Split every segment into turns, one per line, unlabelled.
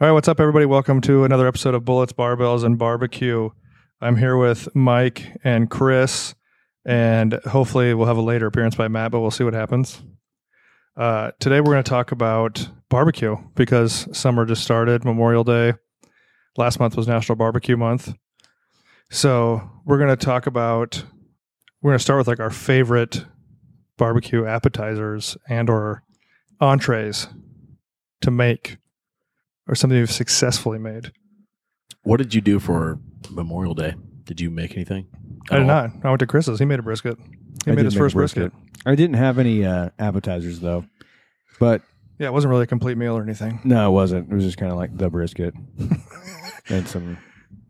All right, what's up, everybody? Welcome to another episode of Bullets, Barbells, and Barbecue. I'm here with Mike and Chris, and hopefully we'll have a later appearance by Matt, but we'll see what happens. Uh, today we're going to talk about barbecue because summer just started, Memorial Day. Last month was National Barbecue Month. So we're going to talk about, we're going to start with like our favorite barbecue appetizers and or entrees to make or something you've successfully made.
What did you do for Memorial Day? Did you make anything?
I
At
did
all?
not. I went to Chris's. He made a brisket. He
I
made
did
his
make a
first brisket.
brisket. I didn't have any uh, appetizers though, but
Yeah, it wasn't really a complete meal or anything.
no, it wasn't. It was just kind of like the brisket and some.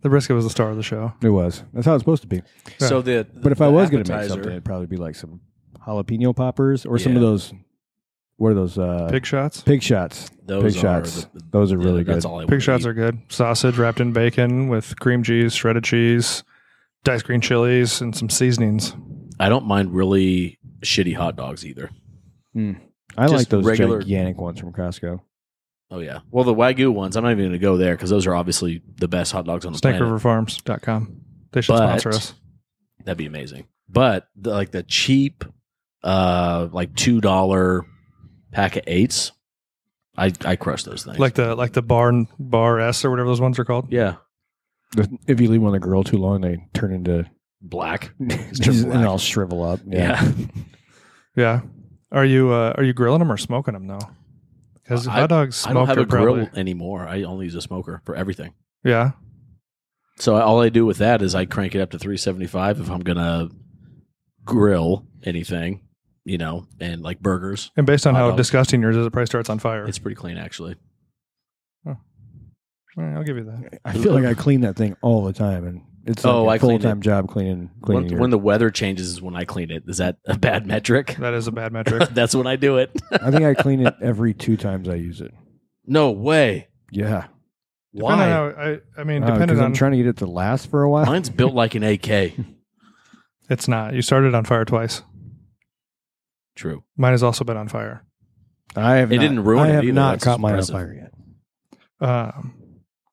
The brisket was the star of the show.
It was. That's how it's supposed to be.
So the
But if I
the
was going to make
appetizer-
something, it'd probably be like some jalapeno poppers or some of
Yeah.
those. What are those? Uh,
Pig shots.
pig shots.
those
pig
are
shots.
the-
those are
yeah,
really
That's
good.
all I
Pig shots are good. Sausage wrapped in bacon with cream cheese, shredded cheese, diced green chilies, and some seasonings.
I don't mind really shitty hot dogs either.
I
just
like those
regular-
gigantic ones from Costco.
Oh yeah. Well, the wagyu ones. I'm not even going to go there because those are obviously the best hot dogs on the planet.
SnakeRiverFarms.com. They should
But-
sponsor us.
That'd be amazing. But the, like the cheap, uh, like two dollar pack of eights, I I crush those things.
Like the like the bar bar S or whatever those ones are called.
yeah,
If you leave one on the grill too long, they turn into
black. just
and
black.
all shrivel up.
Yeah.
Yeah. Are you uh, are you grilling them or smoking them now? Because
I-
hot dogs
I don't
smoked
have
are
a grill
probably
anymore. I only use a smoker for everything.
yeah.
So I- all I do with that is I crank it up to 375 if I'm gonna grill anything, you know, and like burgers.
And based on
Hot
how
dogs.
disgusting yours is, it probably starts on fire.
It's pretty clean actually.
All right, I'll give you that.
I feel like I clean that thing all the time, and it's
Oh,
like
I
a
clean
full
it.
time job cleaning cleaning.
When,
your-
when the weather changes is when I clean it. Is that a bad metric?
That is a bad metric.
That's when I do it.
I think I clean it every two times I use it.
no way.
Yeah.
Depending
Why?
on how- I, I mean,
Uh, 'cause
depending on
I'm trying to get it to last for a while.
Mine's built like an AK.
it's not. You started on fire twice.
True.
Mine has also been on fire.
I have
It
not-
didn't ruin
I
it
have
either.
not
That's
caught mine
impressive.
on fire yet.
Um,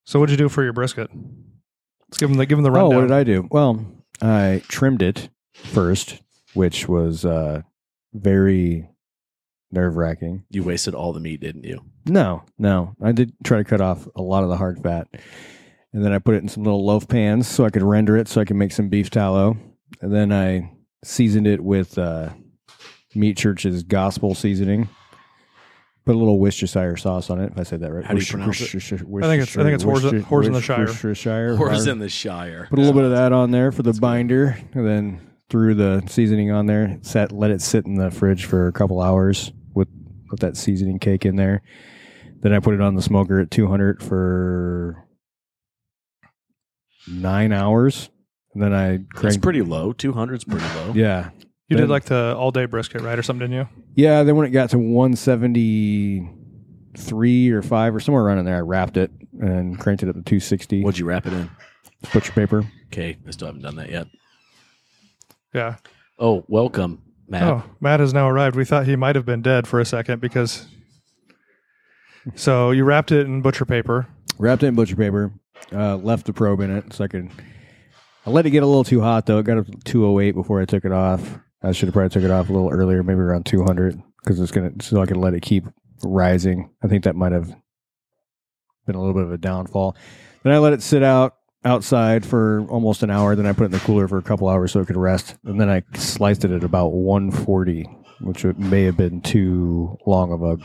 so what'd you do for your brisket? Let's give them the give them the
Oh,
rundown.
what did I do? Well, I trimmed it first, which was uh, very nerve wracking.
You wasted all the meat, didn't you?
No, no. I did try to cut off a lot of the hard fat. And then I put it in some little loaf pans so I could render it so I could make some beef tallow. And then I seasoned it with uh, Meat Church's gospel seasoning. Put a little Worcestershire sauce on it, if I said that right.
How do you pronounce it?
I think it's- I think it's Hors-
Worcestershire-
Hors in the Shire.
Worcestershire.
Whores in the Shire.
Put a little bit of that on there for the binder, and then threw the seasoning on there. Set, let it sit in the fridge for a couple hours with with that seasoning cake in there. Then I put it on the smoker at 200 for nine hours, and then I
That's
cranked.
pretty low. 200's pretty low.
yeah,
you did
Then-
like the all day brisket, right, or something, didn't you?
yeah. Then when it got to 173 or five or somewhere around in there, I wrapped it and cranked it up to 260
What'd you wrap it in?
butcher paper.
Okay, I still haven't done that yet.
Yeah.
Oh, welcome, Matt.
Oh, Matt has now arrived. We thought he might have been dead for a second because. So you wrapped it in butcher paper.
wrapped it in butcher paper, uh, left the probe in it so I could. I let it get a little too hot though. It got up to 208 before I took it off. I should have probably took it off a little earlier, maybe around 200, because it's gonna so I could let it keep rising. I think that might have been a little bit of a downfall. Then I let it sit out outside for almost an hour. Then I put it in the cooler for a couple hours so it could rest. And then I sliced it at about 140, which it may have been too long of a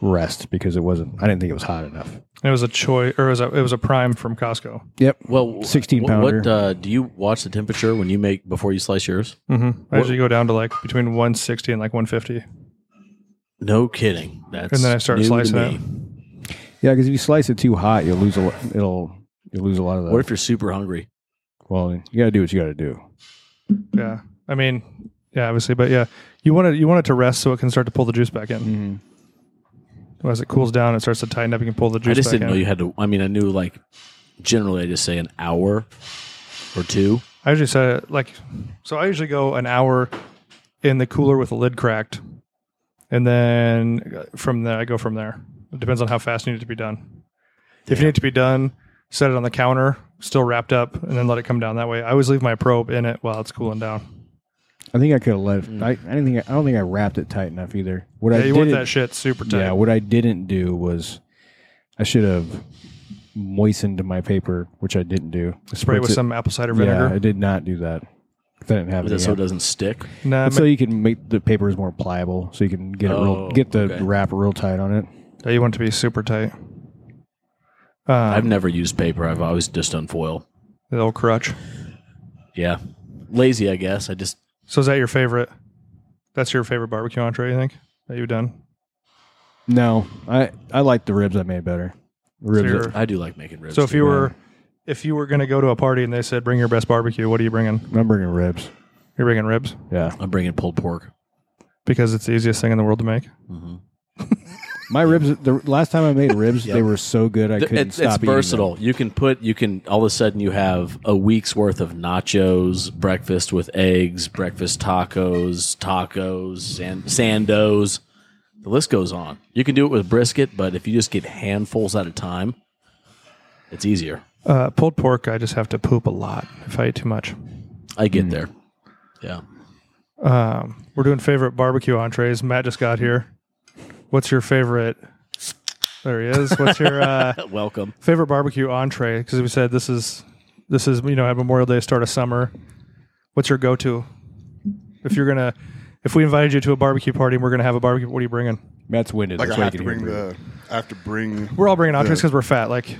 rest because it wasn't. I didn't think it was hot enough.
It was a choice, or it was a, it was a prime from Costco.
Yep.
Well,
16
wh- What
pounder.
uh, do you watch the temperature when you make before you slice yours?
Mm-hmm. I
What-
usually go down to like between 160 and like 150.
No kidding. That's
And then I start
new to
slicing
me.
it.
Yeah, because if you slice it too hot, you'll lose a lo- it'll you'll lose a lot of the.
What if you're super hungry?
well, you got to do what you got to do.
Yeah. I mean, yeah, obviously, but yeah, you want it you want it to rest so it can start to pull the juice back in. As it cools down, it starts to tighten up. You can pull the juice.
Mm-hmm. I just
back
didn't
in.
know you had to. I mean, I knew like generally I just say an hour or two.
I usually set it like, so I usually go an hour in the cooler with the lid cracked, and then from there I go from there. It depends on how fast you need it to be done. If you need it to be done, set it on the counter, still wrapped up, and then let it come down that way. I always leave my probe in it while it's cooling down.
I think I could have let. It, I, I didn't think. I don't think I wrapped it tight enough either. What I
Mm. yeah, you
did
want that shit super tight.
Yeah, what I didn't do was I should have moistened my paper, which I didn't do.
Spray
Spritz
with
it-
some apple cider
Yeah, I
vinegar.
did not do that. I didn't have
Is
it.
it so it
yet.
doesn't stick?
Nah,
It's so you can make the papers more pliable, so you can get it
Oh,
real, get the
okay.
wrap real tight on it.
yeah, you want it to be super tight. Um,
I've never used paper. I've always just done foil.
the old crutch.
Yeah, lazy, I guess. I just
So is that your favorite? That's your favorite barbecue entree, you think? That you've done?
No, I I like the ribs I made better.
So,
Ribs.
you're-
I do like making ribs.
so if
too.
you were if you were going to go to a party and they said bring your best barbecue, what are you bringing?
I'm bringing ribs.
You're bringing ribs
Yeah,
I'm bringing pulled pork.
because it's the easiest thing in the world to make.
Mm-hmm.
my ribs. The last time I made ribs,
Yep.
they were so good I
Th-
couldn't
it's,
stop.
it's
eating them.
versatile. You can put you can all of a sudden you have a week's worth of nachos, breakfast with eggs, breakfast tacos, tacos, and sandos. The list goes on. You can do it with brisket, but if you just get handfuls at a time, it's easier.
Uh, pulled pork, I just have to poop a lot if I eat too much.
I
Hmm.
get there. Yeah.
Um, we're doing favorite barbecue entrees. Matt just got here. What's your favorite? There he is. What's your uh,
Welcome.
favorite barbecue entree? Because we said this is this is you know at Memorial Day start of summer. What's your go to? If you're gonna, if we invited you to a barbecue party and we're gonna have a barbecue, what are you bringing?
That's winded.
Like
That's
I
why
have
you
to
can
bring
hear me.
the. I have to bring.
We're all bringing entrees
the-
because we're fat. Like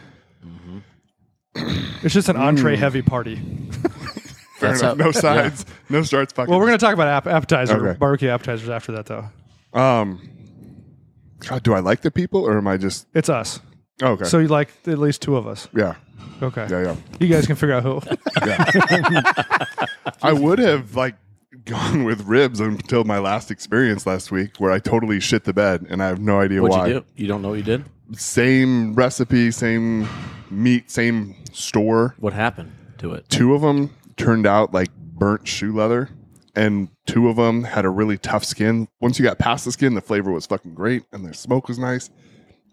Mm-hmm.
it's just an entree
Mm.
heavy party.
Fair
That's
enough.
how-
No sides. No starts. Pockets.
Well, we're gonna talk about app- appetizer
Okay.
barbecue appetizers after that though.
Um, God, do I like the people or am I just
It's us.
oh, okay?
So you like at least two of us.
yeah,
Okay.
yeah, yeah.
You guys can figure out who.
I would have like gone with ribs until my last experience last week, where I totally shit the bed, and I have no idea
What'd
why.
you do? You don't know what you did?
Same recipe, same meat, same store.
What happened to it?
Two of them turned out like burnt shoe leather, and two of them had a really tough skin. Once you got past the skin, the flavor was fucking great, and the smoke was nice.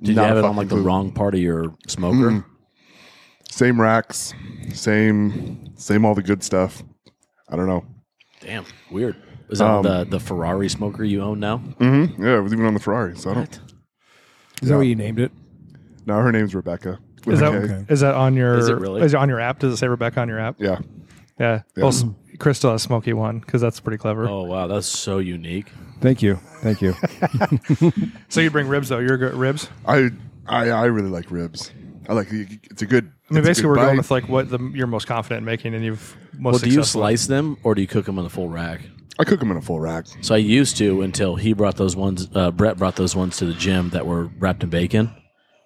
Did
Not
you
a
have it on
fucking
like the
clue. Hmm.
wrong part of your smoker?
Same racks, same, same all the good stuff. I don't know.
Damn, weird. Is that
Um,
the the Ferrari smoker you own now?
Mm-hmm. Yeah, it was even on the Ferrari. So I don't.
Is that what you named it?
No, her name's Rebecca.
Is that is
Okay.
that on your
Is it really?
is it on your app? Does it say Rebecca on your app?
Yeah.
Yeah.
Yeah.
Well, s- Crystal has Smoky one because that's pretty clever.
Oh wow, that's so unique.
Thank you. Thank you.
So you bring ribs though. You're good at ribs.
I I I really like ribs. I like the- it's a good.
I mean,
it's a
basically,
good
we're going
bite.
with like what the, you're most confident in making, and you've most.
Well, do you
successful.
slice them or do you cook them in the full rack?
I cook them in a full rack.
So I used to until he brought those ones. Uh, Brett brought those ones to the gym that were wrapped in bacon,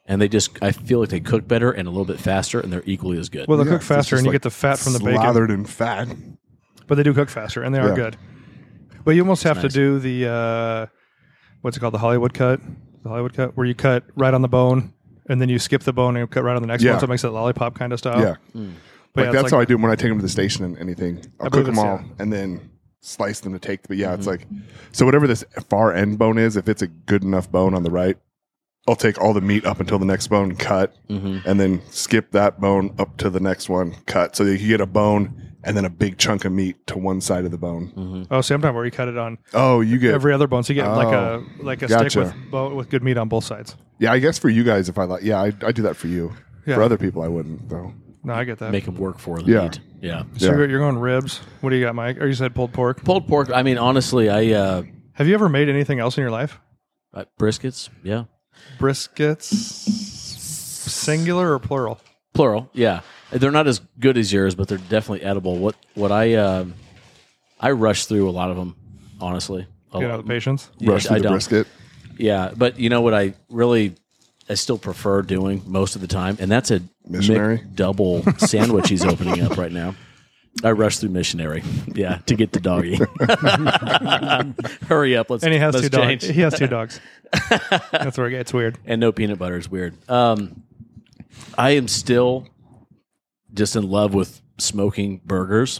and they just I feel like they cook better and a little bit faster, and they're equally as good.
Well, they
Yeah,
cook
it's
faster,
just
and you
like
get the fat from the bacon,
Slathered in fat.
but they do cook faster, and they are
Yeah.
good. But you almost have
nice.
to do the uh, what's it called, the Hollywood cut, the Hollywood cut, where you cut right on the bone, and then you skip the bone and you cut right on the next
Yeah.
one, so it makes it lollipop kind of style.
Yeah.
but
Like
yeah,
that's
it's
how
like,
I do 'em when I take them to the station and anything. I'll
believe
cook them
it's-
all and then slice them to take. But yeah, it's like so whatever this far end bone is, if it's a good enough bone on the right, I'll take all the meat up until the next bone, cut, and then skip that bone up to the next one, cut. So that you get a bone and then a big chunk of meat to one side of the bone.
oh, see, I'm talking where you cut it on
Oh, you get
every other bone, so you get like a
Oh.
like a
Gotcha.
steak with bone with good meat on both sides.
yeah. I guess for you guys, if I like, yeah, I, I do that for you.
Yeah.
For other people, I wouldn't though.
No, I get that.
Make them work for the
Yeah.
meat. Yeah,
so
Yeah.
you're, you're going ribs. What do you got, Mike? Or you said pulled pork.
pulled pork. I mean, honestly, I uh,
Have you ever made anything else in your life?
I- briskets. Yeah,
briskets singular or plural
plural. Yeah, they're not as good as yours, but they're definitely edible. What what I um I rush through a lot of them, honestly. A
you
lot-
know the patients
Yeah,
Rush through
I
the
don't.
brisket.
Yeah, but you know what I really I still prefer doing most of the time, and that's a
Missionary?
double sandwich he's opening up right now. I rushed through missionary, yeah, to get the doggy. Hurry up, let's
and he has
let's
two dogs
change.
he has two dogs that's where it gets weird
and no peanut butter is weird. Um, I am still just in love with smoking burgers.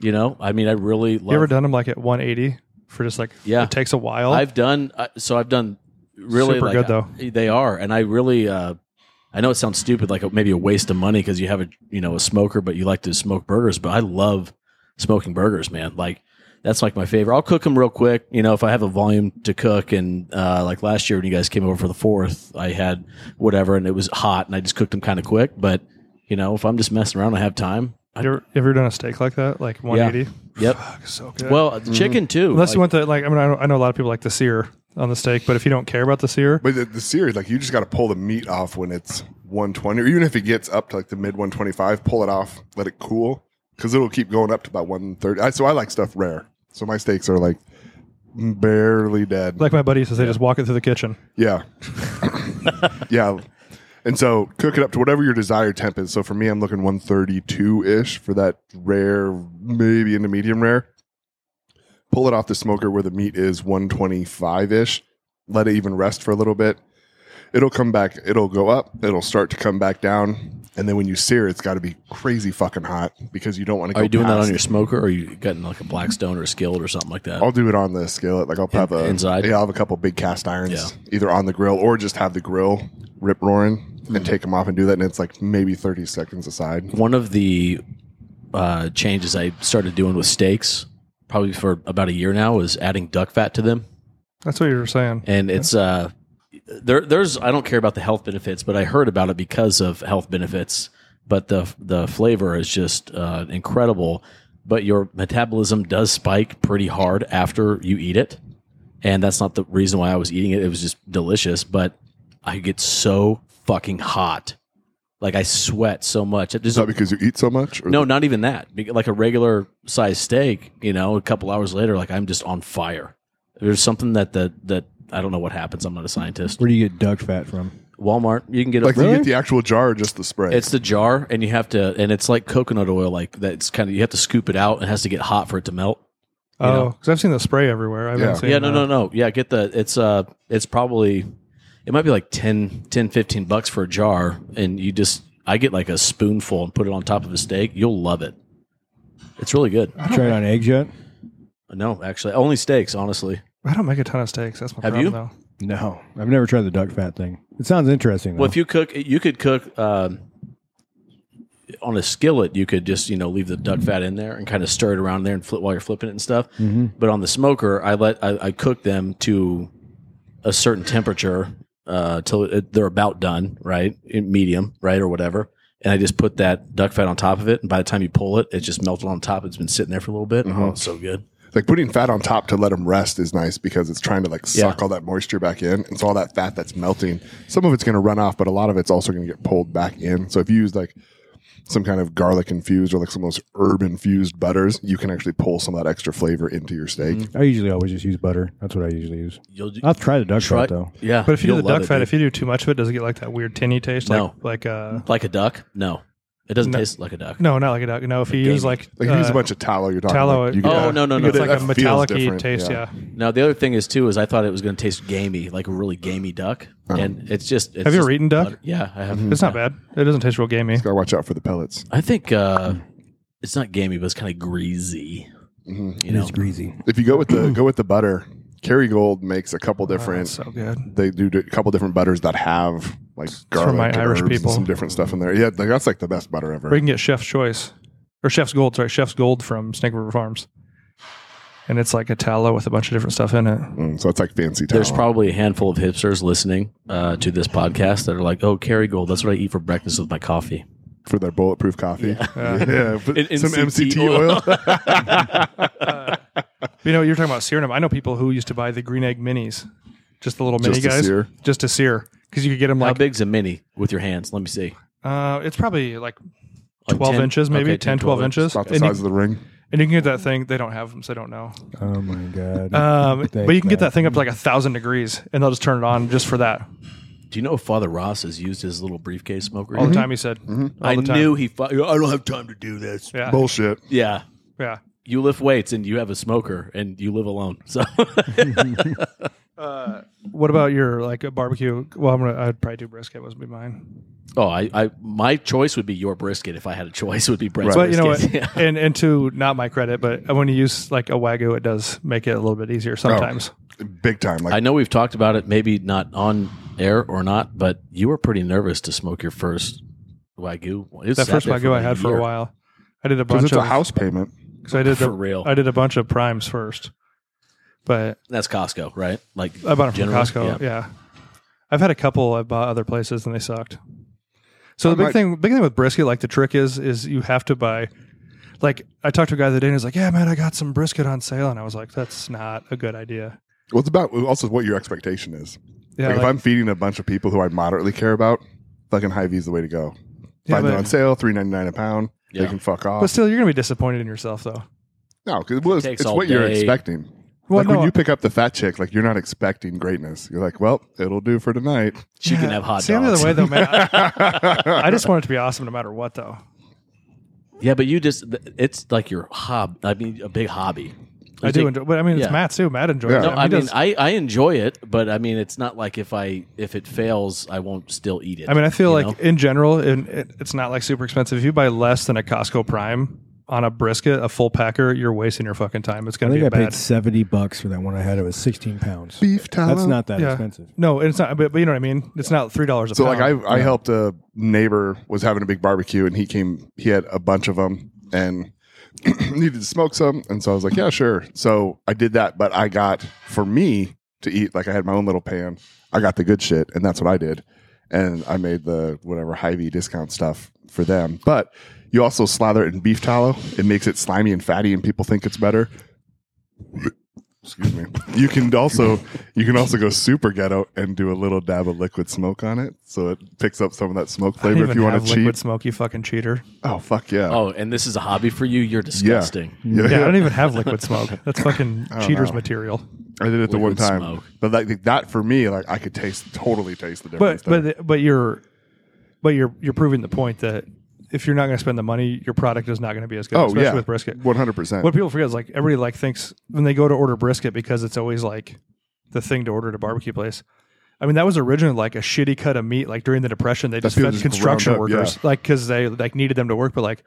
You know, I mean, I really love.
you ever done them like at 180 for just like
Yeah.
it takes a while
I've done uh, so. I've done really
Oh. Super
like,
good, though.
They are, and I really uh, I know it sounds stupid, like a, maybe a waste of money because you have a you know a smoker, but you like to smoke burgers. But I love smoking burgers, man. Like that's like my favorite. I'll cook them real quick. You know, if I have a volume to cook, and uh, like last year when you guys came over for the fourth, I had whatever, and it was hot, and I just cooked them kind of quick. But you know, if I'm just messing around, I have time.
You ever, you ever done a steak like that, like 180?
Yep.
Fuck, so good.
Well, the chicken too.
unless
like-
you want the like, I mean, I know, I know a lot of people like the sear on the steak, but if you don't care about the sear,
But the, the series, like you just got to pull the meat off when it's 120, or even if it gets up to like the mid 125, pull it off, let it cool, because it'll keep going up to about 130. I, so I like stuff rare. So my steaks are like barely dead.
like my buddy says, they just walk it through the kitchen.
yeah, yeah. And so cook it up to whatever your desired temp is. So for me, I'm looking 132 ish for that rare, maybe into medium rare. Pull it off the smoker where the meat is 125 ish. Let it even rest for a little bit. It'll come back. It'll go up. It'll start to come back down. And then when you sear, it's got to be crazy fucking hot because you don't want to.
Are you doing that on
past-
your smoker, or you getting like a Blackstone or a Skillet or something like that?
I'll do it on the skillet. Like I'll have a
inside?
Yeah, I'll have a couple big cast irons
Yeah.
either on the grill or just have the grill rip roaring
Hmm.
and take them off and do that. And it's like maybe thirty seconds aside.
One of the uh, changes I started doing with steaks, probably for about a year now, is adding duck fat to them,
That's what you were saying.
and it's uh, there. There's I don't care about the health benefits, but I heard about it because of health benefits. But the the flavor is just uh, incredible. But your metabolism does spike pretty hard after you eat it, and that's not the reason why I was eating it. It was just delicious, but I get so fucking hot, like I sweat so much. It
Is that because you eat so much? Or
no, not even that. Be- Like a regular size steak, you know, a couple hours later, like I'm just on fire. There's something that the that I don't know what happens. I'm not a scientist.
Where do you get duck fat from?
Walmart, you can get
like
a,
do you get the actual jar or just the spray.
it's the jar, and you have to, and it's like coconut oil, like that's kind of you have to scoop it out, and it has to get hot for it to melt.
Oh,
know.
because I've seen the spray everywhere. I've
Yeah.
been seeing
yeah, no,
that.
no, no. Yeah, get the it's uh it's probably it might be like 10, 10 15 bucks for a jar, and you just I get like a spoonful and put it on top of a steak. You'll love it. It's really good.
Try it on eggs yet?
No, actually, only steaks, honestly.
I don't make a ton of steaks. That's my
Have
problem,
you?
though.
No, I've never tried the duck fat thing. It sounds interesting.
Well, if you cook, you could cook um, on a skillet. You could just you know leave the duck fat in there and kind of stir it around there and flip while you're flipping it and stuff.
Mm-hmm.
But on the smoker, I let I, I cook them to a certain temperature uh, till it, they're about done, right, in medium, right, or whatever. And I just put that duck fat on top of it, and by the time you pull it, it's just melted on top. It's been sitting there for a little bit.
Mm-hmm.
Oh, it's so good.
like putting fat on top to let them rest is nice because it's trying to like suck all that moisture back in. And so all that fat that's melting, some of it's going to run off, but a lot of it's also going to get pulled back in. So if you use like some kind of garlic infused or like some of those herb infused butters, you can actually pull some of that extra flavor into your steak.
I usually always just use butter. That's what I usually use.
You'll
I've tried the duck
try
fat though.
Yeah,
But if you
you'll
do the duck
love it,
fat,
dude.
if you do too much of it, does it get like that weird tinny taste? Like,
No.
Like, uh,
like a duck, no, it doesn't
No.
taste like a duck.
no, not like a duck. No, if you use
gamey.
like,
Like if you use a
uh,
bunch of tallow, you're talking
tallow.
Like you
Oh, no, no,
you
no.
It's
That-
like
that
a
feels
metallic
different,
taste. Yeah.
Now the other thing is too is I thought it was going to taste gamey, like a really gamey duck,
Oh.
and it's just. It's
Have you
just
ever eaten duck?
butter- Yeah, I have.
It's
Mm.
not bad. It doesn't taste real gamey.
Gotta watch out for the pellets.
I think uh, it's not gamey, but it's kind of greasy.
Mm-hmm.
You know,
greasy.
If you go with the go with the butter, Kerrygold makes a couple different.
Oh, So good.
they do a couple different butters that have like garlic,
my
and
Irish
herbs and
people.
some different stuff in there. Yeah, like, that's like the best butter ever.
Or you can get Chef's Choice or Chef's Gold. Sorry, Chef's Gold from Snake River Farms, and it's like a tallow with a bunch of different stuff in it.
Mm, so it's like fancy tallow.
there's probably a handful of hipsters listening uh, to this podcast that are like, "Oh, Kerrygold, that's what I eat for breakfast with my coffee."
for their bulletproof coffee. Yeah, put
And- and
some
MCT
MCT oil.
You know, you're talking about searing them. I know people who used to buy the green egg minis, just the little mini
Just to
guys,
sear?
just to sear, because you could get them
How
like
big's a mini with your hands? Let me see.
uh, it's probably like.
Like
12
10
inches, maybe
okay,
10, 12, inches.
About the
And
size
you,
of the ring.
and you can get that thing. They don't have them, so I don't know.
Oh my god.
Um, but
Thanks,
you can get
man.
that thing up to like a thousand degrees, and they'll just turn it on just for that
Do you know if Father Ross has used his little briefcase smoker?
all the time. He said, all
I
the time.
knew he. Fu- I don't have time to do this.
yeah,
Bullshit.
Yeah,
yeah.
you lift weights and you have a smoker and you live alone. So
What about your like a barbecue? Well, I'm gonna. I'd probably do brisket. Was be mine.
Oh, I, I my choice would be your brisket if I had a choice would be Brent's
But you know
brisket.
what?
Yeah.
And and to not my credit, but when you use like a wagyu, it does make it a little bit easier sometimes.
Big time. Like
I know we've talked about it, maybe not on air or not, but you were pretty nervous to smoke your first wagyu. It was
That
sat
first
there
wagyu I
like
had for
year.
a while. I did a
because
bunch
it's
of
a house payment.
So I did
for
the,
real.
I did a bunch of primes first, but
That's Costco, right? Like
I bought them from
General?
Costco. Yeah. I've had a couple I bought other places and they sucked. So the big
might-
thing, big thing with brisket, like the trick is, is you have to buy. Like I talked to a guy the other day and he's like, "Yeah, man, I got some brisket on sale," and I was like, "That's not a good idea."
Well, it's about also what your expectation is.
Yeah,
like, if
like-
I'm feeding a bunch of people who I moderately care about, fucking high V is the way to go.
yeah,
Find it on
but,
sale, three ninety nine a pound.
Yeah.
They can fuck
but
off.
still, you're gonna be disappointed in yourself though.
No, 'cause it was,
It takes
it's
all
what you're
day.
expecting.
Well,
like
no,
when you pick up the fat chick, like you're not expecting greatness. You're like, well, it'll do for tonight.
She can
yeah.
have hot
See, I'm
dogs.
the other way though, man. I,
I
I just want it to be awesome no matter what though.
Yeah, but you just th- it's like your hob. I mean, a big hobby.
I
You
do
take-
enjoy, but I mean, it's
yeah.
Matt too. Matt enjoys
Yeah.
it.
No, I
he
mean,
does-
I, I enjoy it, but I mean, it's not like if I if it fails, I won't still eat it.
I mean, I feel
you
like in general, in, it, it's not like super expensive. If you buy less than a Costco Prime on a brisket, a full packer, you're wasting your fucking time. It's
I
going to
think
be
I
bad.
paid seventy bucks for that one I had. It was sixteen pounds.
beef tallow.
That's not that
Yeah.
expensive.
No, it's not. But, but you know what I mean. It's not three dollars a
So
pound.
like I, I helped a neighbor was having a big barbecue and he came he had a bunch of them and needed to smoke some and so I was like yeah sure so I did that but I got for me to eat like I had my own little pan I got the good shit and that's what I did and I made the whatever high V discount stuff for them but you also slather it in beef tallow it makes it slimy and fatty and people think it's better excuse me you can also you can also go super ghetto and do a little dab of liquid smoke on it so it picks up some of that smoke
I don't
flavor if
even
you want
have
to cheat
liquid smoke, you fucking cheater.
oh fuck yeah
know? oh, and this is a hobby for you. You're disgusting.
yeah,
Yeah, I don't even have liquid smoke. That's fucking cheaters material.
I did it the one
Liquid
time
smoke.
but like that for me like i could taste totally taste the difference
But
there.
but but you're but you're you're proving the point that if you're not going to spend the money, your product is not going to be as good,
oh
especially
yeah
with brisket.
100%
What people forget is like everybody like thinks when they go to order brisket because it's always like the thing to order at a barbecue place. I mean, that was originally like a shitty cut of meat. Like during the depression, they just
people
fed
just
construction
ground up,
workers, like because they like needed them to work. But like,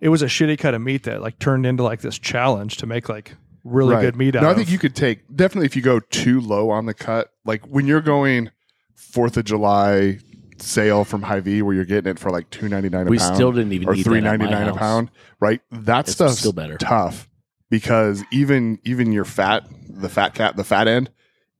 it was a shitty cut of meat that like turned into like this challenge to make like really
Right.
good meat out.
no, I
of.
think you could take definitely if you go too low on the cut, like when you're going Fourth of July sale from Hy V where you're getting it for like two ninety nine a
We
pound.
still didn't even
or
eat that
three
at my
ninety nine a
house.
pound, right? That
It's
stuff's
still better.
tough because even even your fat, the fat cat, the fat end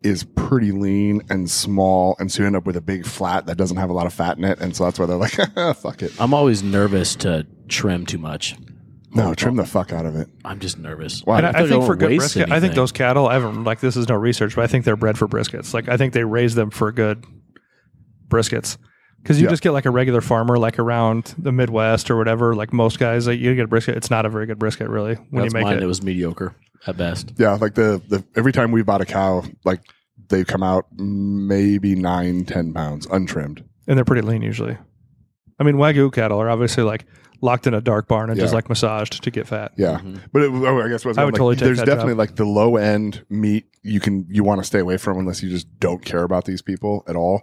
is pretty lean and small, and so you end up with a big flat that doesn't have a lot of fat in it, and so that's why they're like, fuck it,
I'm always nervous to trim too much.
no, trim the fuck out of it.
I'm just nervous.
Why?
And I,
I
I
feel like I
think
won't
for good
waste
brisket, I think
anything.
those cattle. I haven't like this is no research, but I think they're bred for briskets. Like I think they raise them for good briskets because you
Yeah.
just get like a regular farmer like around the Midwest or whatever. Like most guys, like, you get a brisket. It's not a very good brisket really when
That's
you make
mine.
it.
It. was mediocre at best.
Yeah, like the, the every time we bought a cow, like they come out maybe nine, ten pounds untrimmed.
and they're pretty lean usually. I mean, wagyu cattle are obviously like locked in a dark barn and just
Yeah.
like massaged to get fat.
Yeah, but it, oh, I guess what was
I would
like,
totally take
there's
that
definitely
job.
like the low end meat you can you want to stay away from unless you just don't care about these people at all.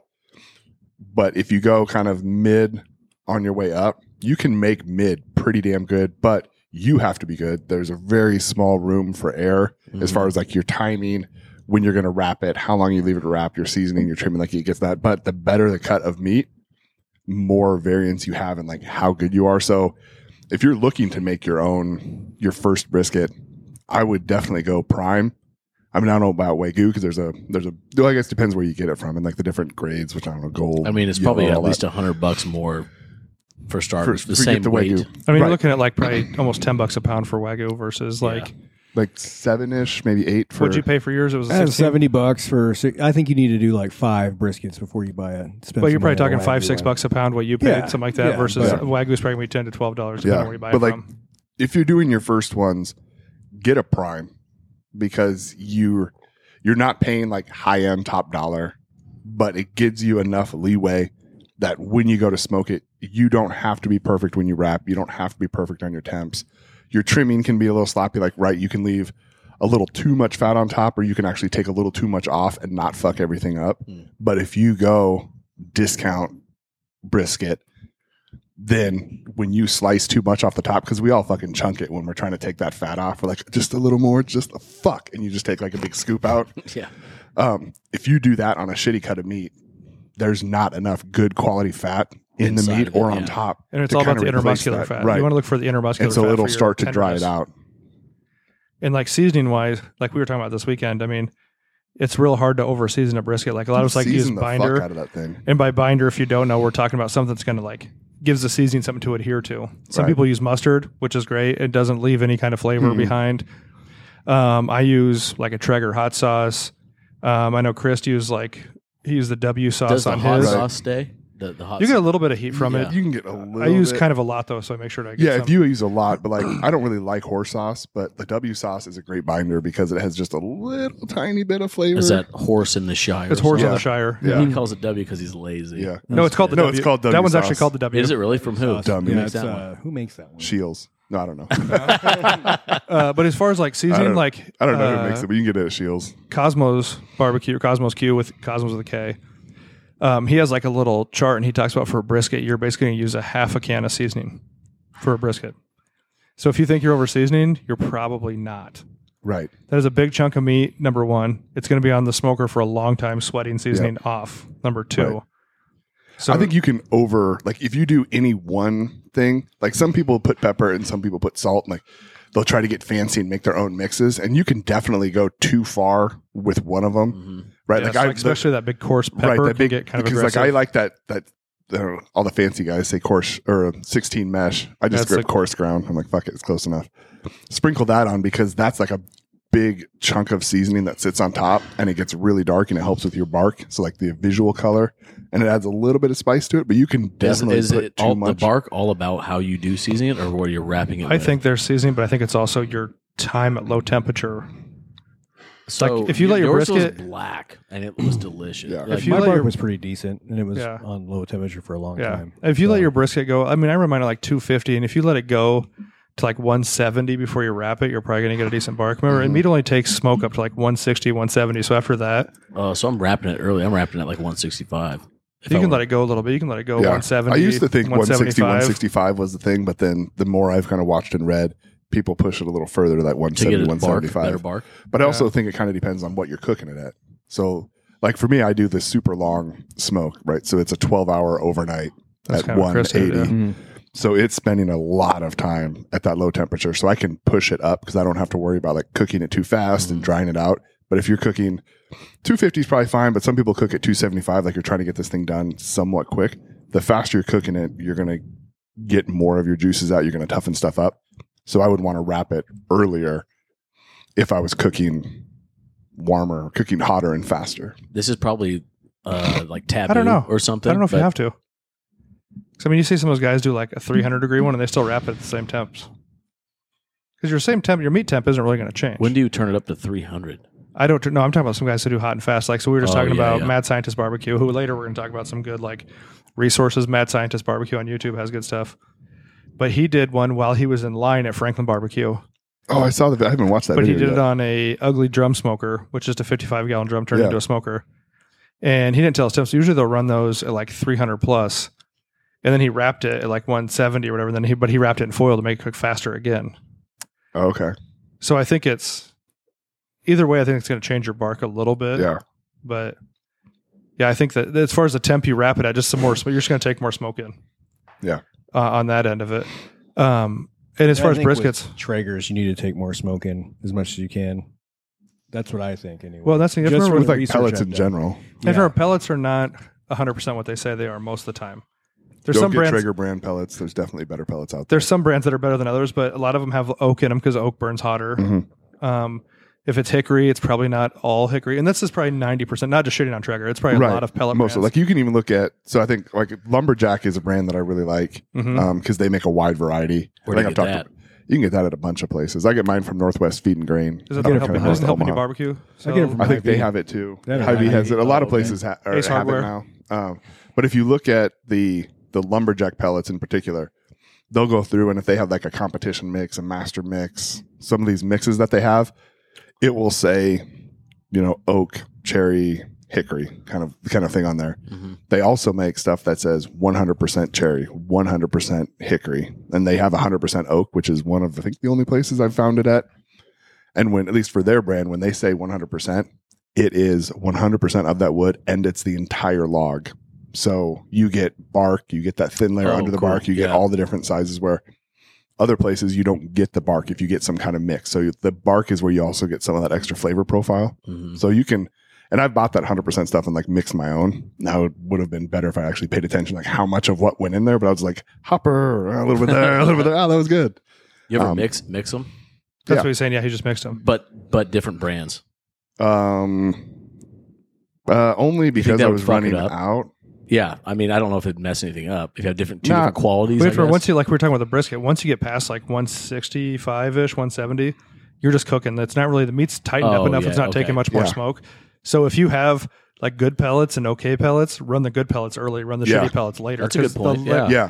But if you go kind of mid on your way up, you can make mid pretty damn good, but you have to be good. There's a very small room for error
Mm-hmm.
as far as like your timing, when you're going to wrap it, how long you leave it to wrap, your seasoning, your trimming, like it gets that. But the better the cut of meat, more variance you have and like how good you are. So if you're looking to make your own, your first brisket, I would definitely go prime. I mean, I don't know about Wagyu because there's a, there's a, well, I guess it depends where you get it from and like the different grades, which I don't know, gold.
I mean, it's
yellow,
probably at
all that.
least a hundred bucks more for starters.
For-
the
for
same
get the
weight.
I
Wagyu.
mean, you're
Right.
looking at like probably almost ten bucks a pound for wagyu versus like
Like seven ish, maybe eight for.
what'd you pay for yours? It was
I
a
had
16?
seventy bucks for. si- I think you need to do like five briskets before you buy it. Spend
But
some
you're probably
money on
talking
a
five,
wagyu
six
one.
bucks a pound what you paid,
Yeah,
something like that,
yeah,
versus
but-
Wagyu's probably gonna be ten to twelve dollars depending
Yeah,
on where you buy
but
it
like-
from.
if you're doing your first ones, get a prime because you're you're not paying like high end top dollar, but it gives you enough leeway that when you go to smoke it, you don't have to be perfect when you wrap. You don't have to be perfect on your temps. Your trimming can be a little sloppy, like right, you can leave a little too much fat on top, or you can actually take a little too much off and not fuck everything up.
Mm.
But if you go discount brisket, then when you slice too much off the top, because we all fucking chunk it when we're trying to take that fat off, we're like, just a little more, just a fuck. And you just take like a big scoop out.
Yeah.
Um, if you do that on a shitty cut of meat, there's not enough good quality fat in
Inside
the meat
of it,
or on
yeah.
top.
And it's
to
all about the
kinda replace
intermuscular
that,
fat.
Right.
You want to look for the intermuscular
and
fat
so
for
it'll
your
start to dry
tenderness.
it out.
And like seasoning wise, like we were talking about this weekend, I mean, it's real hard to over season a brisket. Like a lot of us like to use
Season the fuck
binder.
out of that thing.
And by binder, if you don't know, we're talking about something that's going to like gives the seasoning something to adhere to. Some
Right.
people use mustard, which is great. It doesn't leave any kind of flavor
Mhm.
behind. Um, I use like a Traeger hot sauce. Um, I know Chris used like he used the W sauce
Does the
on
hot
his.
sauce stay? The, the hot
You get a
sauce.
little bit of heat from
Yeah.
it.
You can get a little.
I use
bit-
kind of a lot though, so I make sure to get
Yeah,
some.
if you use a lot, but like I don't really like horse sauce, but the W sauce is a great binder because it has just a little tiny bit of flavor.
Is that horse in the Shire?
it's horse on
Yeah.
the Shire.
Yeah.
He calls it W because he's lazy.
Yeah.
No, it's called the
No,
W.
it's called
That
W
one's actually
sauce.
called the W.
Is it really from who?
Dumb.
Who
Yeah,
makes that one?
who makes that one?
Shields? No, I don't know.
Uh, but as far as like
I
seasoning,
don't-
like
I don't know
uh,
who makes it, but you can get it at Shields.
Cosmos barbecue, Cosmos Q with Cosmos with a K. Um, he has like a little chart, and he talks about for a brisket, you're basically going to use a half a can of seasoning for a brisket. So if you think you're over seasoning, you're probably not.
Right.
That is a big chunk of meat. Number one, it's going to be on the smoker for a long time, sweating seasoning off. Number two,
Right.
so
I think you can over like if you do any one thing, like some people put pepper and some people put salt and like they'll try to get fancy and make their own mixes and you can definitely go too far with one of them. Right?
Mm-hmm. yeah,
like
so
I
especially that big coarse
the-
pepper can get kind of
because
aggressive.
like I like that that uh, all the fancy guys say coarse or uh, 16 mesh. I just
That's
grip
like-
coarse ground. I'm like fuck it, it's close enough. Sprinkle that on because that's like a big chunk of seasoning that sits on top and it gets really dark and it helps with your bark. So like the visual color and it adds a little bit of spice to it, but you can
Is,
definitely
is
put
it
too
all, the
much.
bark all about how you do season it, or what you're wrapping it?
I
with?
think there's seasoning, but I think it's also your time at low temperature.
so.
like, if you let your
yours was
brisket-
black, and it was delicious.
Yeah.
Like,
If you
My
let
bark
your-
was pretty decent, and it was
Yeah.
on low temperature for a long
Yeah.
time.
If you
So-
let your brisket go, I mean, I remind it like 250, and if you let it go to like 170 before you wrap it, you're probably going to get a decent bark. Remember,
Mm-hmm.
and meat only takes smoke up to like 160, 170. So after that,
uh, so I'm wrapping it early. I'm wrapping it like 165.
you can let it go a little bit. You can let it go
Yeah.
170.
I used to think 160,
175.
165 was the thing, but then the more I've kind of watched and read, people push it a little further to that
to get it
170,
bark, better
175.
bark.
But I also think it kind of depends on what you're cooking it at. So, like for me, I do this super long smoke, right? So it's a 12 hour overnight
That's
at
kinda what Chris did,
180.
yeah.
Mm-hmm.
Mm.
So it's spending a lot of time at that low temperature. So I can push it up because I don't have to worry about like cooking it too fast
Mm.
and drying it out. But if you're cooking 250 is probably fine, but some people cook at 275, like you're trying to get this thing done somewhat quick. The faster you're cooking it, you're going to get more of your juices out. You're going to toughen stuff up. So I would want to wrap it earlier if I was cooking warmer, cooking hotter and faster.
This is probably uh, like taboo
I don't know.
or something.
I don't know if you
but
have to. 'Cause, I mean, you see some of those guys do like a 300 degree one, and they still wrap it at the same temps. Because your same temp, your meat temp isn't really going to change.
When do you turn it up to 300?
I don't know. I'm talking about some guys who do hot and fast. Like, so we were just
Oh,
talking
yeah,
about
yeah.
Mad Scientist Barbecue, who later we're going to talk about some good like resources. Mad Scientist Barbecue on YouTube has good stuff. But he did one while he was in line at Franklin Barbecue.
Oh, I saw the, I haven't watched that
But he
video
did it
yet.
on a ugly drum smoker, which is a 55 gallon drum turned
Yeah.
into a smoker. And he didn't tell us temps. Usually they'll run those at like 300 plus, and then he wrapped it at like 170 or whatever. then he but he wrapped it in foil to make it cook faster again.
Oh, okay.
So I think it's either way. I think it's going to change your bark a little bit.
Yeah.
but yeah, I think that as far as the temp you wrap it at, just some more. sm- You're just going to take more smoke in.
Yeah.
uh, on that end of it. Um, and as
And
far
I
as
think with
briskets,
Traegers, you need to take more smoke in as much as you can. That's what I think, anyway.
well, that's the
Just
difference.
with
With
With like
research
pellets
I've
in
done.
general.
if
yeah.
our pellets are not 100 percent what they say they are most of the time. There's
Don't
some
get
brands.
Traeger brand pellets. There's definitely better pellets out there.
There's some brands that are better than others, but a lot of them have oak in them because oak burns hotter.
Mhm.
Um, if it's hickory, it's probably not all hickory, and this is probably 90 percent. Not just shitting on Traeger. It's probably a lot of pellet.
Mostly,
brands.
like you can even look at. So I think like Lumberjack is a brand that I really like because
Mhm.
they make a wide variety.
Where
I
do you
I've
get
talked To, you can get that at a bunch of places. I get mine from Northwest Feed and Grain.
Is that
out
the
of
helping,
Omaha.
doesn't help when you
Omaha.
barbecue?
I get it from
I think they
Hy-Vee.
have it too.
They have it at
Hy-Vee has it. A lot
Oh,
of places ha- or
Ace
have it
Hardware.
now. Um, but if you look at the the Lumberjack pellets in particular, they'll go through and if they have like a competition mix, a master mix, some of these mixes that they have, it will say, you know, oak, cherry, hickory, kind of kind of thing on there.
Mhm.
They also make stuff that says 100% cherry, 100% hickory, and they have 100% oak, which is one of I think the only places I've found it at. And when at least for their brand, when they say 100%, it is 100% of that wood and it's the entire log. So you get bark, you get that thin layer
Oh,
under the
cool.
bark, you get
Yeah.
all the different sizes where other places you don't get the bark if you get some kind of mix. So the bark is where you also get some of that extra flavor profile.
Mhm.
So you can, and I bought that 100% stuff and like mixed my own. Now it would have been better if I actually paid attention, like how much of what went in there. But I was like, hopper, a little bit there, a little bit there. Oh, that was good.
You ever
Um,
mix mix them,
That's
Yeah.
what he's saying. Yeah, he just mixed them.
but but different brands?
Um, uh, only because
that
I
would
was
fuck it
running
up?
out.
Yeah, I mean, I don't know if it'd mess anything up if you have different two
Nah.
different qualities.
Wait
I
for
guess.
once you like we were talking about the brisket. Once you get past like 165 ish, 170, you're just cooking. It's not really the meat's tightened
Oh,
up enough.
yeah,
it's not
okay.
taking much more
Yeah.
smoke. So if you have like good pellets and okay pellets, run the good pellets early. Run the
Yeah.
shitty pellets later.
That's a good
'cause the
point,
le-
yeah.
Yeah.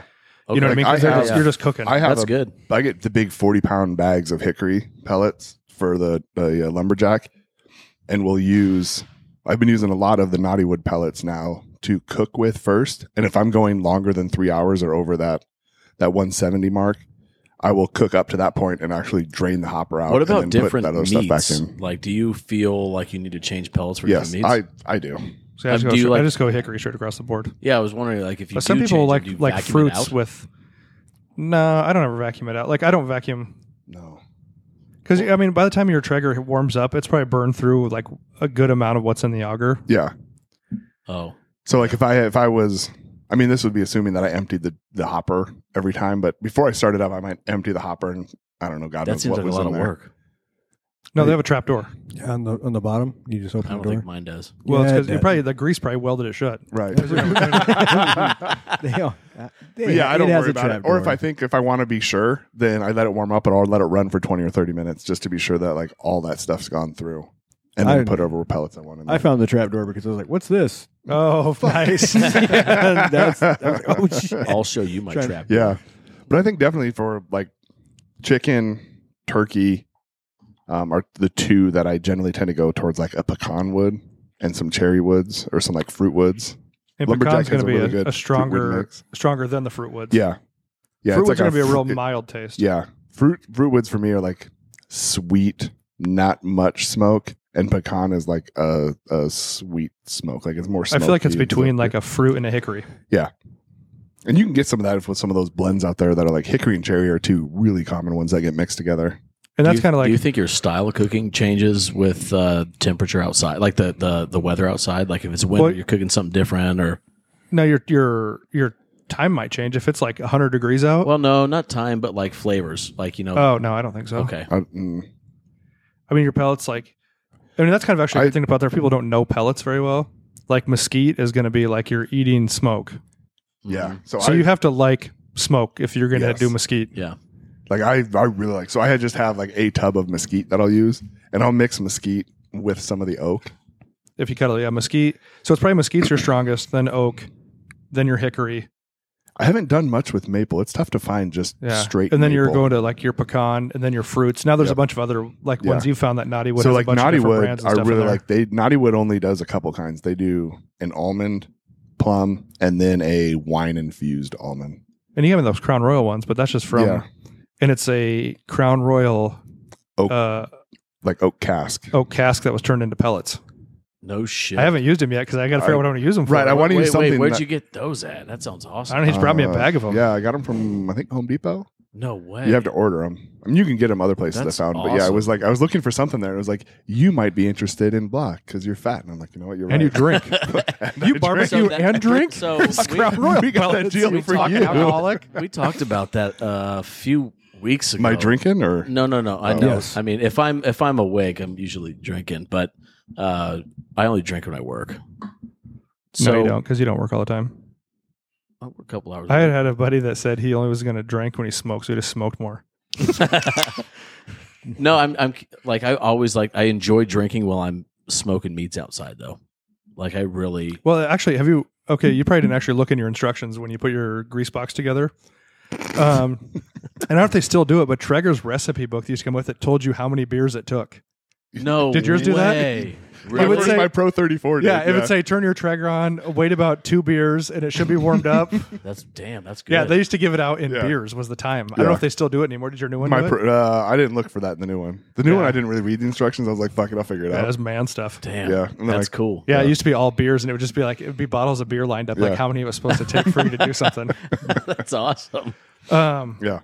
You know what I mean?
Like,
'Cause
I
they're
have-
just- you're just cooking.
I have
That's
a,
good.
I get the big 40 pound bags of hickory pellets for the, the uh, lumberjack, and we'll use, I've been using a lot of the knotty wood pellets now to cook with first. And if I'm going longer than three hours or over that, that 170 mark, I will cook up to that point and actually drain the hopper out.
What
and
about
then put
different
that other
meats?
stuff back in.
Like, do you feel like you need to change pellets for
Yes,
different
I,
meats?
I do.
So I, just
Um,
go,
do you
I
like-
just go hickory straight across the board.
yeah, I was wondering, like, if you
But some
do
people
change,
like
do you
like
vacuum it
fruits
out?
with. No, I don't ever vacuum it out. Like I don't vacuum
No.
because I mean by the time your Traeger warms up, it's probably burned through like a good amount of what's in the auger.
Yeah.
Oh,
So like if I if I was I mean this would be assuming that I emptied the, the hopper every time, but before I started up I might empty the hopper and I don't know God
that
knows
seems
what
like a
was
lot
in
of
there.
work.
No, they have a trap door.
on the on the bottom, you just
I
open
don't
the door.
think mine does.
Well, it's
Yeah,
because
that-
probably the grease probably welded it shut.
Right.
They all- uh,
But
they-
yeah, I
it
don't
has a
worry about it.
trap
Or if
door.
I think if I want to be sure, then I let it warm up and I'll let it run for twenty or thirty minutes just to be sure that like all that stuff's gone through. And then
I-
put over pellets on one in
I
there.
found the trap door because I was like, "What's this?"
Oh, nice.
And that's, I was like, oh shit!
I'll show you my
Trying-
trap.
yeah. But I think definitely for like chicken, turkey, um, are the two that I generally tend to go towards like a pecan wood and some cherry woods or some like fruit woods.
And
Lumberjack
pecan's going
has
to be
a really
a,
good
a
fruit wood
stronger,
mix.
stronger than the fruit woods.
Yeah.
fruit
Yeah. it's
woods
like
going to be a real
fruit-
mild taste.
Yeah. Fruit fruit woods for me are like sweet, not much smoke. And pecan is like a, a sweet smoke. Like it's more
I
smoky.
feel like it's between like a fruit and a hickory.
and you can get some of that with some of those blends out there that are like hickory and cherry are two really common ones that get mixed together.
And that's
Do you-
kind of
Do you
like
think your style of cooking changes with uh, temperature outside, like the, the the weather outside? Like if it's winter,
Well-
you're cooking something different, or
no, your your your time might change if it's like 100 degrees out.
well, no, not time, but like flavors. Like you know,
oh no, I don't think so.
okay,
I, mm,
I mean, your pellets like, I mean, that's kind of actually a
I-
good thing about there. People don't know pellets very well. Like mesquite is going to be like you're eating smoke,
yeah. So,
Mm-hmm. so
I,
you have to like smoke if you're going to
Yes.
do mesquite.
yeah.
Like I, I really like. So I just have like a tub of mesquite that I'll use, and I'll mix mesquite with some of the oak.
If you cuddle, yeah, mesquite. So it's probably mesquite's your strongest, then oak, then your hickory,
I haven't done much with maple. It's tough to find just
yeah,
straight.
and then you're
maple.
going to like your pecan, and then your fruits. Now there's a
Yep.
bunch of other like
Yeah.
ones you found that Naughty Wood.
so
has
like
a bunch of
Naughty
different
Wood.
brands and
I
stuff in
really
there.
like they Naughty Wood only does a couple kinds. They do an almond, plum, and then a wine infused almond.
and you have those Crown Royal ones, but that's just from,
Yeah.
and it's a Crown Royal
Oak.
uh,
Like oak cask.
oak cask that was turned into pellets.
No shit.
I haven't used them yet because I got to figure out what I'm going to use them for.
Right, I want to
Wait,
use something.
wait, where'd
that-
you get those at? That sounds awesome.
I don't know. He's brought me a
uh,
bag of them.
Yeah, I got them from I think Home Depot.
no way.
You have to order them. I mean, you can get them other places.
That's
I found, but yeah, I
awesome.
was like, I was looking for something there. and It was like, you might be interested in black because you're fat, and I'm like, you know what, you're
And you
right.
drink.
And
you
I
barbecue
drank.
and drink?
So
That's
we,
Crown Royal.
we got that
pellets.
deal
We
for
talk
you.
Alcoholic.
we talked about that uh, a few weeks ago.
Am I drinking or
No, no, no. I know.
Yes.
I mean, if I'm if I'm awake, I'm usually drinking, but uh, I only drink when I work. So
no, you don't because you don't work all the time.
I work a couple hours.
I had had a buddy that said he only was going to drink when he smoked, so he just smoked more.
no, I'm I'm like I always like I enjoy drinking while I'm smoking meats outside though. Like I really
Well, actually, have you? Okay, you probably didn't actually look in your instructions when you put your grease box together. Um, and I don't know if they still do it, but Traeger's recipe book that used to come with it told you how many beers it took.
No.
Did yours do that?
way. that?
My,
would
first-
say-
my Pro 34 did.
Yeah, it would say turn your Traeger on, wait about two beers, and it should be warmed up.
That's damn. That's good.
yeah, they used to give it out in
Yeah.
beers was the time. I don't know
Yeah.
if they still do it anymore. Did your new one?
My
do it?
pro, uh, I didn't look for that in the new one. The new
Yeah.
one, I didn't really read the instructions. I was like, fuck it, I'll figure it
yeah, that
out.
was man stuff.
damn.
Yeah, and then
That's
I-
cool.
Yeah, it used to be all beers, and it would just be like it would be bottles of beer lined up, like
Yeah.
how many it was supposed to take for you to do something.
That's awesome.
Um,
Yeah.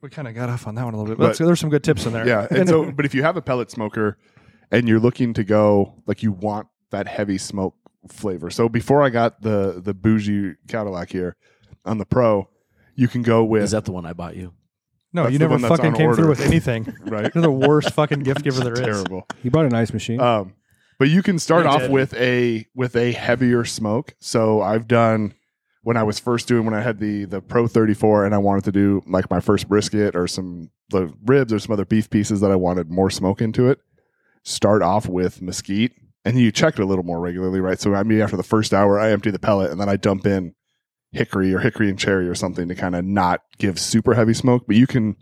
we kind of got off on that one a little bit,
But-
but, there's some good tips in there.
Yeah. And so, but if you have a pellet smoker and you're looking to go, like you want that heavy smoke flavor. So before I got the the bougie Cadillac here on the Pro, you can go with
Is that the one I bought you?
no,
That's
you
the
never
one that's
fucking
on
came
order.
through with anything.
right.
You're the worst fucking gift giver there is.
Terrible.
He bought an ice machine.
Um, but you can start
You
off
did.
with a with a heavier smoke. So I've done when I was first doing when I had the the Pro 34 and I wanted to do like my first brisket or some the ribs or some other beef pieces that I wanted more smoke into it. Start off with mesquite and you check it a little more regularly, right? So I mean after the first hour I empty the pellet and then I dump in hickory or hickory and cherry or something to kind of not give super heavy smoke, but you can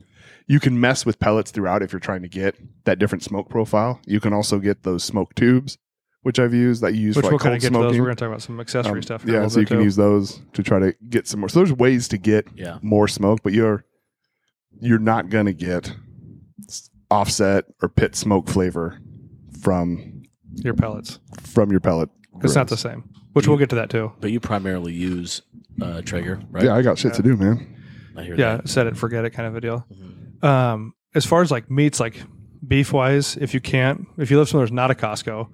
you can mess with pellets throughout if you're trying to get that different smoke profile. You can also get those smoke tubes, which I've used that you use
Which
for
we'll
like
kind
cold
of get to those.
smoking.
We're going to talk about some accessory
Um,
stuff. here a
Yeah,
little
so you
bit,
can
too.
use those to try to get some more. So there's ways to get
Yeah.
more smoke, but you're you're not going to get s- offset or pit smoke flavor from
your pellets.
from your pellet.
It's not the
grills.
same. Which we'll get to that too.
But you primarily use uh, Traeger, right?
Yeah, I got shit to do, man.
I hear
Yeah,
that. Mm-hmm.
set it, forget it, kind of a deal.
Mhm.
Um, as far as like meats, like beef wise, if you can't, if you live somewhere that's not a Costco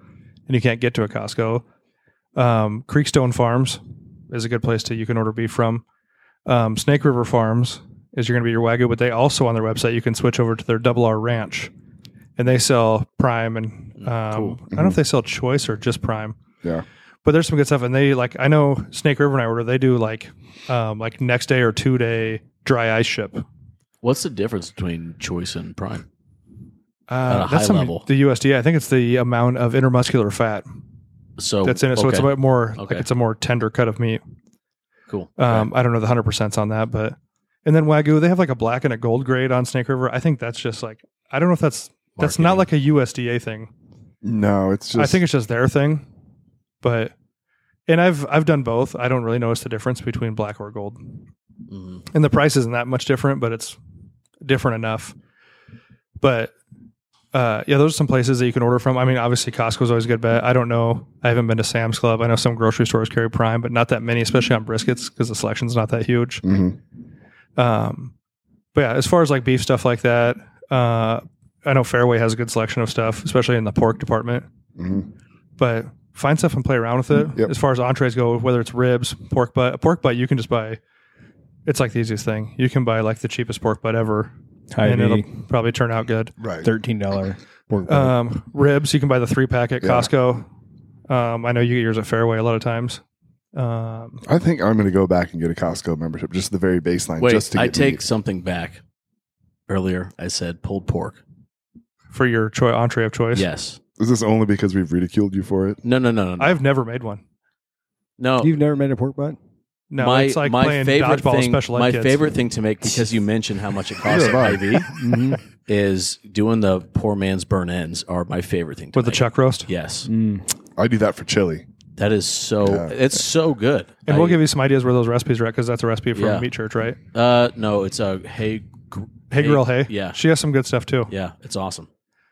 and you can't get to a Costco, um, Creekstone Farms is a good place to you can order beef from. Um, Snake River Farms is you're going to be your wagyu, but they also on their website you can switch over to their Double R Ranch, and they sell prime and
Mm,
um, I
Mm-hmm.
don't know if they sell choice or just prime
Yeah,
but there's some good stuff and they like i know snake river and i order they do like um like next day or two day dry ice ship uh,
What's the difference between choice and prime? a high
Uh, some-
level.
the usda i think it's the amount of intermuscular fat
So
that's in it so it's a
Oh, okay.
bit more
Okay.
like it's a more tender cut of meat
cool.
um i don't know the 100% on that but and then wagyu they have like a black and a gold grade on snake river i think that's just like i don't know if that's that's not like a usda thing
no, it's just
I think it's just their thing, but and I've I've done both. I don't really notice the difference between black or gold,
Mhm.
and the price isn't that much different, but it's different enough. But uh, yeah, those are some places that you can order from. I mean, obviously Costco's always a good bet. I don't know. I haven't been to Sam's Club. I know some grocery stores carry Prime, but not that many, especially on briskets because the selection's not that huge.
Mhm.
Um, but yeah, as far as like beef stuff like that, uh, I know Fairway has a good selection of stuff, especially in the pork department
Mhm.
but find stuff and play around with it.
Yep.
As far as entrees go, whether it's ribs, pork butt, a pork butt, you can just buy. It's like the easiest thing. You can buy like the cheapest pork butt ever,
Hy-Vee,
and it'll probably turn out good.
right.
thirteen dollar.
Um, ribs, you can buy the three pack at
Yeah.
Costco. Um, I know you get yours at Fairway a lot of times. Um,
I think I'm going to go back and get a Costco membership, just the very baseline.
Wait,
just to get
I take
meat.
something back. Earlier, I said pulled pork.
for your choi- entree of choice.
Yes.
Is this only because we've ridiculed you for it?
No, no, no, no, no.
I've never made one.
no.
You've never made a pork butt?
No, it's like playing dodgeball with
thing,
special ed
my
kids.
favorite thing to make because you mentioned how much it costs
Neither
at
have
IV
Mm-hmm.
is doing the poor man's burn ends are my favorite thing to
with the
make.
chuck roast.
Yes,
I do that for chili.
that is so.
Yeah.
It's so good.
And
I-
we'll give you some ideas where those recipes are at because that's a recipe from
Yeah.
Meat Church, right?
Uh, no, it's a hey, gr-
Hey, Grill Hay.
Yeah,
She has some good stuff too.
yeah, it's awesome.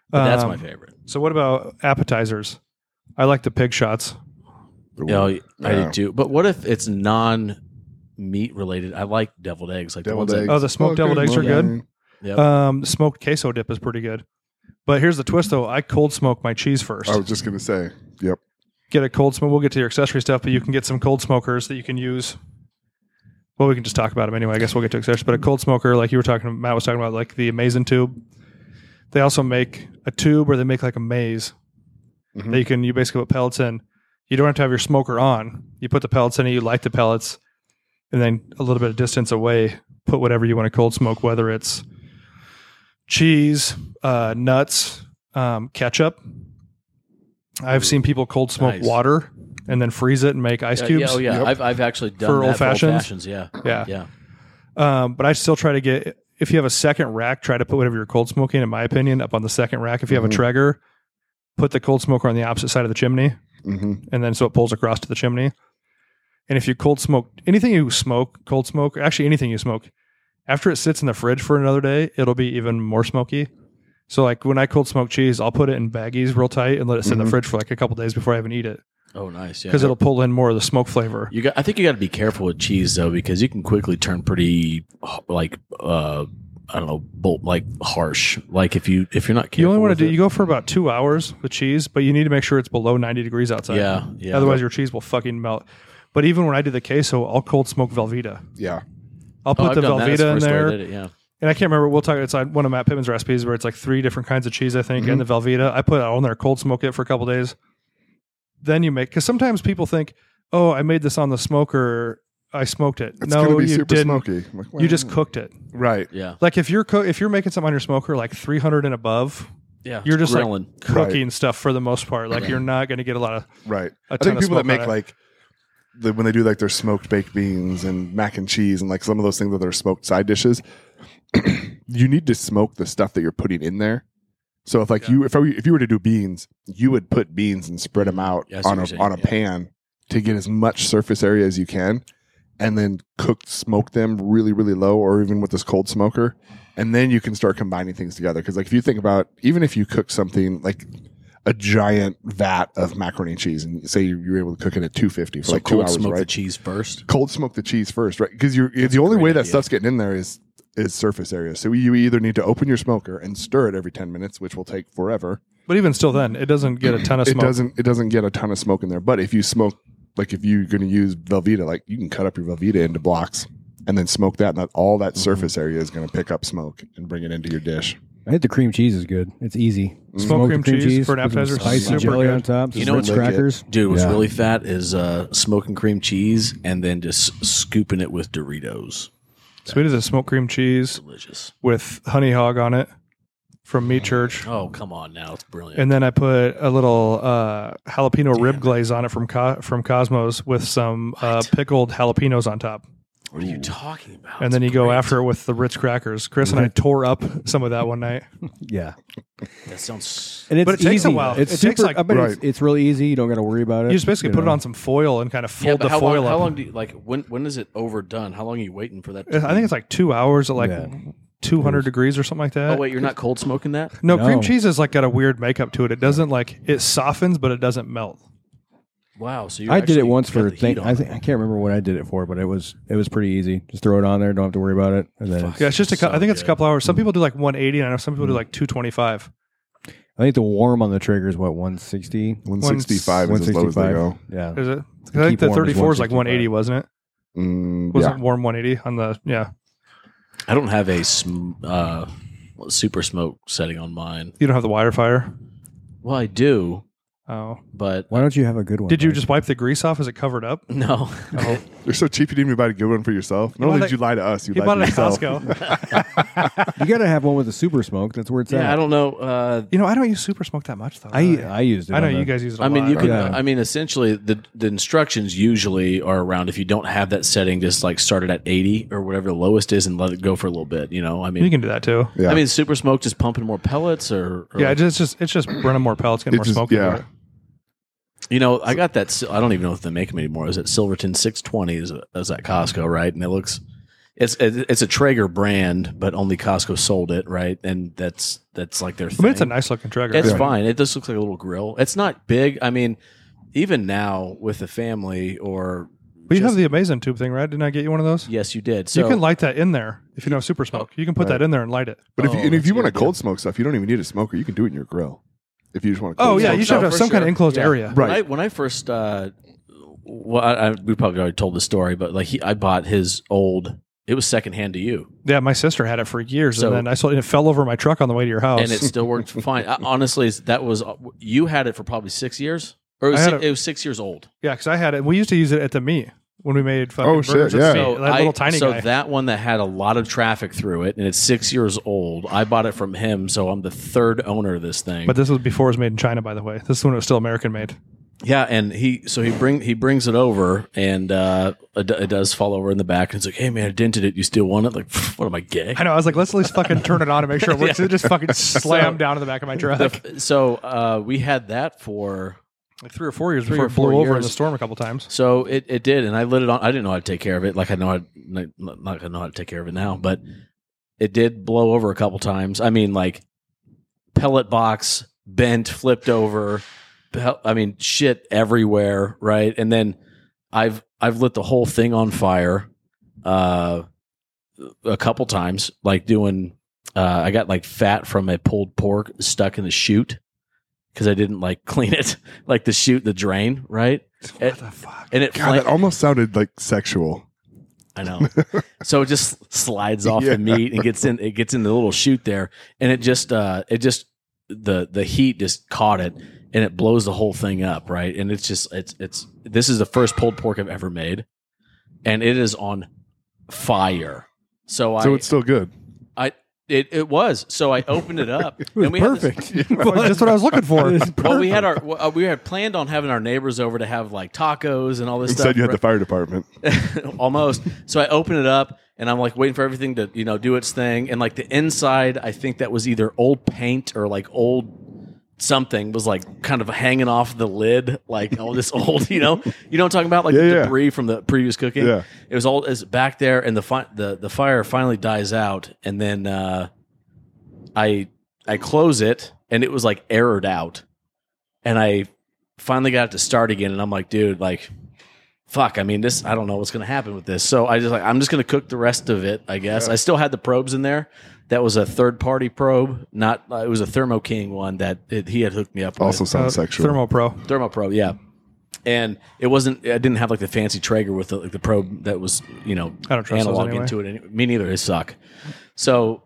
But that's
Um,
my favorite.
So what about appetizers? I like the pig shots. Oh,
Yeah, I I
Yeah.
do too. But what if it's non meat related? I like deviled eggs, like
Deviled
the ones
eggs.
That,
Oh, the smoked deviled eggs are
morning.
Yep.
Um, the smoked queso dip is pretty good. But here's the twist, though. I cold smoke my cheese first.
I was just gonna say, yep.
Get a cold smoke. We'll get to your accessory stuff, but you can get some cold smokers that you can use. Well, we can just talk about them anyway. I guess we'll get to accessories. But a cold smoker, like you were talking, Matt was talking about, like the amazing tube. They also make a tube, or they make like a maze
Mhm.
that you can. You basically put pellets in. You don't have to have your smoker on. You put the pellets in it. You light the pellets, and then a little bit of distance away, put whatever you want to cold smoke, whether it's cheese, uh, nuts, um, ketchup. I've seen people cold smoke
Nice.
water and then freeze it and make ice
yeah,
cubes.
Yeah, oh yeah,
Yep.
I've I've actually done
For
that
old
for
fashions?
Old fashions, yeah,
Yeah.
yeah.
Um, but I still try to get if you have a second rack, try to put whatever you're cold smoking. In my opinion, up on the second rack. If you have
Mhm.
a Traeger, put the cold smoker on the opposite side of the chimney,
hmm
and then so it pulls across to the chimney. And if you cold smoke anything you smoke, cold smoke, actually anything you smoke, after it sits in the fridge for another day, it'll be even more smoky. So like when I cold smoke cheese, I'll put it in baggies real tight and let it sit in
Mhm.
the fridge for like a couple days before I even eat it
Oh, nice. Yeah.
because it'll pull in more of the smoke flavor.
You got. I think you got to be careful with cheese though, because you can quickly turn pretty like uh, I don't know, bolt like harsh. Like if you if you're not careful.
You only want
with
to do
it.
you go for about two hours with cheese, but you need to make sure it's below ninety degrees outside.
Yeah. Yeah.
Otherwise, your cheese will fucking melt. But even when I do the queso, I'll cold smoke Velveeta.
Yeah.
I'll
Oh,
put
I've
the
done that. That's
Velveeta in
first way I
there,
did it, yeah.
and I can't remember. We'll talk. It's like one of Matt Pittman's recipes where it's like three different kinds of cheese, I think, and the
Mm-hmm.
Velveeta. I put it on there, cold smoke it for a couple days. Then you make because sometimes people think, "Oh, I made this on the smoker. I smoked it."
It's
no,
gonna be
you
super
didn't.
smoky. I'm like,
You just
well,
cooked it.
Right.
Yeah.
Like if you're co- if you're making something on your smoker like 300 and above,
Yeah.
You're just like-
grilling.
Right.
cooking stuff for the most part. Like you're not going to get a lot of.
Right.
A
I
ton
think
of
people that
smoke
make
on it.
like the, when they do like their smoked baked beans and mac and cheese and like some of those things that are smoked side dishes, you need to smoke the stuff that you're putting in there. So if like you if I, were- if you were to do beans, you would put beans and spread them out
Yeah, I see
on
what
a
you're saying,
on a
yeah.
pan to get as much surface area as you can, and then cook smoke them really really low or even with this cold smoker, and then you can start combining things together. Because like if you think about even if you cook something like a giant vat of macaroni and cheese, and say you, you were able to cook it at two fifty for
So
like two
cold
hours,
smoke
right?
the cheese first.
cold smoke the cheese first, right? Because you're it's the only
great
way that
idea.
stuff's getting in there is is surface area. So you either need to open your smoker and stir it every ten minutes, which will take forever.
But even still, then it doesn't get a ton of
It
smoke.
doesn't it doesn't get a ton of smoke in there. But if you smoke like if you're going to use Velveeta, like you can cut up your Velveeta into blocks and then smoke that, and that all
Mm-hmm.
that surface area is going to pick up smoke and bring it into your dish.
I think the cream cheese is good. It's easy.
Smoked cream cheese for an
put some
appetizer,
spicy
super
jelly
good.
on top.
You
You
know
know
what's
crackers?
Dude, what's
Yeah.
really fat is uh, smoking cream cheese and then just scooping it with Doritos.
So we did a smoked cream cheese
Delicious.
with honey hog on it from Meat Church.
Oh, come on now. It's brilliant.
And then I put a little uh, jalapeno rib glaze on it from Co- from Cosmos with some uh,
What?
pickled jalapenos on top.
what are you talking about?
and then you
It's
go
great.
after it with the Ritz crackers. Chris and I tore up some of that one night.
Yeah,
That sounds.
and it's
But it takes a
easy.
while.
It's
It
super.
takes like-
I bet it's,
Right.
it's really easy. You don't got to worry about it.
You just basically
you
put it
know.
on some foil and kind of
Yeah,
fold
but
the
how
foil
long,
up.
how long do you like? When when is it overdone? How long are you waiting for that? to
I think it's like two hours at like
Yeah.
200 degrees or something like that.
Oh wait, you're not cold smoking that?
No, cream
No.
cheese has like got a weird makeup to it. It doesn't like it softens, but it doesn't melt.
Wow. So you
I did it once for.
thing.
Thank, I think I can't remember what I did it for, but it was it was pretty easy. Just throw it on there. Don't have to worry about it. And then it's-
Yeah, it's just a. cou-
So
I think it's a
good.
couple hours. Some people do like 180, and I know some people do like 225.
I think the warm on the trigger is what 160,
One sixty five is as low as they
165.
go.
Yeah,
Is it? 'Cause
To
I think
keep
the
warm is
34 is like 180,
165.
wasn't it?
Mm, yeah.
Wasn't warm 180 on the yeah.
I don't have a sm- uh, super smoke setting on mine.
You don't have the wire fire.
Well, I do,
Oh,
but
Why don't you have a good one?
did you
Mike?
just wipe the grease off? Is it covered up?
no.
Oh,
You're so cheap. You didn't even buy a good one for yourself. Not
bought
only
it-
did you lie to us, you
he
lied
bought
to
it at
yourself.
Costco.
You got to have one with a super smoke. That's where it's
yeah,
at.
I don't know. Uh,
you know, I don't use super smoke that much though.
I I used it.
I know
on
you
the-
guys use it. I
I mean, you
can.
can.
Yeah.
I mean, essentially, the the instructions usually are around if you don't have that setting, just like start it at eighty or whatever the lowest is, and let it go for a little bit. You know, I mean,
You can do that too.
Yeah.
I mean, super smoke just pumping more pellets, or, or
Yeah, it's just- it's just it's just running more pellets, getting
It
more
just-
smoke.
yeah.
into it.
You know, I got that. sil- I don't even know if they make them anymore. Is it Silverton 620? Is, is at Costco, right? And it looks, it's it's a Traeger brand, but only Costco sold it, right? And that's that's like their.
I
Thing.
mean, it's a nice looking trigger.
It's
Yeah.
fine. It just looks like a little grill. It's not big. I mean, even now with the family, or
But you
Just-
have the amazing tube thing, right? Didn't I get you one of those?
yes, you did. So
you can light that in there if you don't have super smoke. You can put that in there and light it.
But if
Oh,
you, and if
that's
you
a good
want to
idea.
cold smoke stuff, you don't even need a smoker. You can do it in your grill. If you just want to.
Oh
Cold
yeah,
smoke
you should
stuff.
have some kind of enclosed
Yeah.
area.
Right.
When I, when I first, uh, well, I, I, we probably already told the story, but like he, I bought his old. It was secondhand to you.
Yeah, my sister had it for years,
So-
and then I sold it. It fell over my truck on the way to your house.
and it still worked fine. I, honestly, it's- that was uh, you had it for probably six years, or it was,
I had
six,
it-
it was six years old.
yeah, because I had it. We used to use it at the meet when we made fucking
Oh, shit,
burgers. at the
yeah.
meat.
So
that
I-
little tiny
so
guy.
that one that had a lot of traffic through it, and it's six years old. I bought it from him, so I'm the third owner of this thing.
but this was before it was made in China, by the way. This one was still American made.
Yeah, and he so he bring he brings it over, and uh, it, it does fall over in the back. And it's like, hey man, I dented it. You still want it? Like, what am I gay?
I know. I was like, let's at least fucking turn it on and make sure it works. It just fucking slammed down in the back of my truck.
The- so uh, we had that for
like three or four years
Three
before
or
it
four
blew over in
years.
the storm a couple times.
so it, it did, and I lit it on. I didn't know how to take care of it. Like I know I not like I know how to take care of it now, but it did blow over a couple times. I mean, like pellet box bent, flipped over. Pel- I mean, shit everywhere, right? And then I've I've lit the whole thing on fire. Uh, a couple times, like doing. Uh, I got like fat from a pulled pork stuck in the chute because I didn't like clean it, like the chute, the drain, right? It-
the fuck?
And it
God, that
flamed.
almost sounded like sexual.
I know. so it just slides off
Yeah.
the meat and gets in. It gets in the little chute there, and it just uh, it just the the heat just caught it, and it blows the whole thing up, right? And it's just it's it's this is the first pulled pork I've ever made, and it is on fire. So,
So
I
it's still good.
I it, it was so I opened it up
was
and we Had this,
perfect.
That's what I was looking for.
well, we had our well, uh, we had planned on having our neighbors over to have like tacos and all this
Instead,
stuff.
you had the fire department.
almost. So I open it up and I'm like waiting for everything to you know do its thing. And like the inside, I think that was either old paint or like old something was like kind of hanging off the lid, like all this old, you know, you know, what I'm talking about like
Yeah,
the
yeah.
debris from the previous cooking.
Yeah.
It was all is back there, and the fi- the the fire finally dies out, and then uh, I I close it, and it was like errored out, and I finally got it to start again, and I'm like, dude, like fuck, I mean, this, I don't know what's going to happen with this. So I just like, I'm just going to cook the rest of it, I guess. I still had the probes in there. That was a third party probe, not, uh, it was a Thermo King one that it, he had hooked me up
Also
with.
Uh,
sounds sexual.
Thermo Pro.
Thermo probe, yeah. And it wasn't, I didn't have like the fancy Traeger with the, like, the probe that was, you know,
I don't trust those
analog
anyway.
into it. Any, me neither, they suck. So